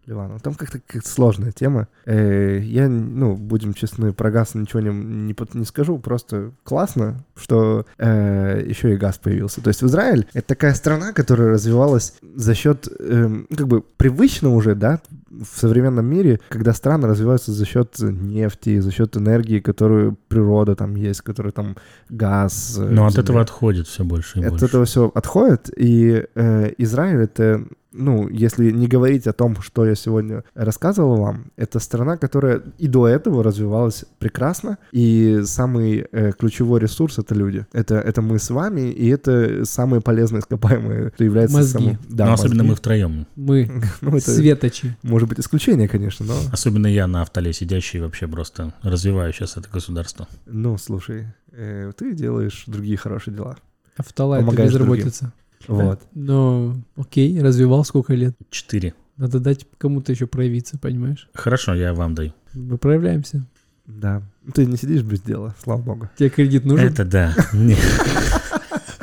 Ливаном. Там как-то какая-то сложная тема. Э, Я, ну, будем честны, про газ ничего не, не, под- не скажу, просто классно, что э, еще и газ появился. То есть Израиль — это такая страна, которая развивалась за счет, эм, ну, как бы привычно уже, да, в современном мире, когда страны развиваются за счет нефти, за счет энергии, которую природа там есть, которая там газ. э,
Но от
земля.
этого отходит все больше и
От
больше.
этого все отходит, и э, Израиль это, ну, если не говорить о том, что я сегодня рассказывал вам, это страна, которая и до этого развивалась прекрасно, и самый э, ключевой ресурс это люди. Это, это мы с вами, и это самые полезные ископаемые, что является
Мозги.
самым- Да,
Но Ну, особенно мы
мозги.
втроем.
Мы,
Ну, это
светочи.
может быть исключение, конечно, но...
Особенно я на автоле сидящий вообще просто развиваю сейчас это государство.
Ну, слушай, э, ты делаешь другие хорошие дела.
Автола — это
Помогаешь
безработица.
Вот.
Но окей, развивал сколько лет.
Четыре.
Надо дать кому-то еще проявиться, понимаешь?
Хорошо, я вам даю.
Мы проявляемся.
Да. Ну, Ты не сидишь без дела, слава богу.
Тебе кредит нужен?
Это да. Не.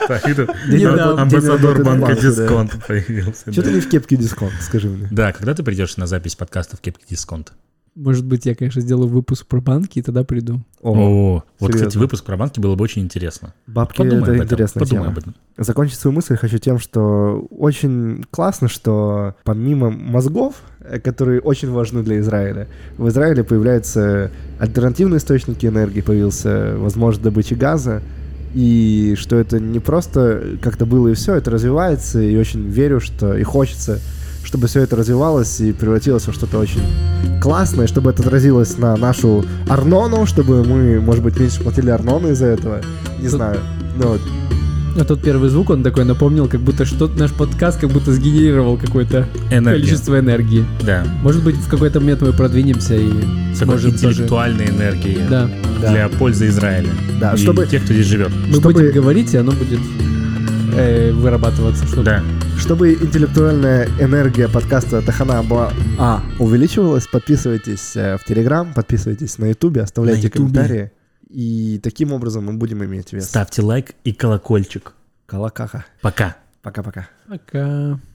Поэтому
Не дам.
Амбассадор
День
банка
работы, да.
дисконт появился.
Чего ты
да.
не в кепке дисконт, скажи мне?
Да, когда ты придешь на запись подкаста в кепке дисконт?
Может быть, я, конечно, сделаю выпуск про банки, и тогда приду.
О, вот, кстати,
серьезно?
выпуск про банки было бы очень интересно.
Бабки
Подумай
это
об этом.
интересная
Подумай
тема.
об этом.
Закончить свою мысль хочу тем, что очень классно, что помимо мозгов, э, которые очень важны для Израиля, в Израиле появляются альтернативные источники энергии, появился возможность добычи газа, и что это не просто как-то было и все, это развивается, и очень верю, что и хочется, чтобы все это развивалось и превратилось во что-то очень классное, чтобы это отразилось на нашу Арнону, чтобы мы, может быть, меньше платили Арнону из-за этого, не
Тут-
знаю. Ну Но
А тот первый звук, он такой напомнил, как будто что наш подкаст как будто сгенерировал какое-то
Энергия.
количество энергии.
Да.
Может быть, в какой-то момент мы продвинемся и
Такой
сможем тоже...
интеллектуальной энергии
Да.
Да.
для пользы Израиля.
Да,
И
чтобы-
тех, кто здесь живет.
Мы
Чтобы-
будем говорить, и оно будет э, вырабатываться что-то.
Да.
Чтобы интеллектуальная энергия подкаста Тахана Аба А увеличивалась, подписывайтесь э, в Телеграм, подписывайтесь на Ютубе, оставляйте
На Ютубе.
комментарии. И таким образом мы будем иметь вес.
Ставьте лайк и колокольчик.
Колокаха.
Пока.
Пока-пока.
Пока.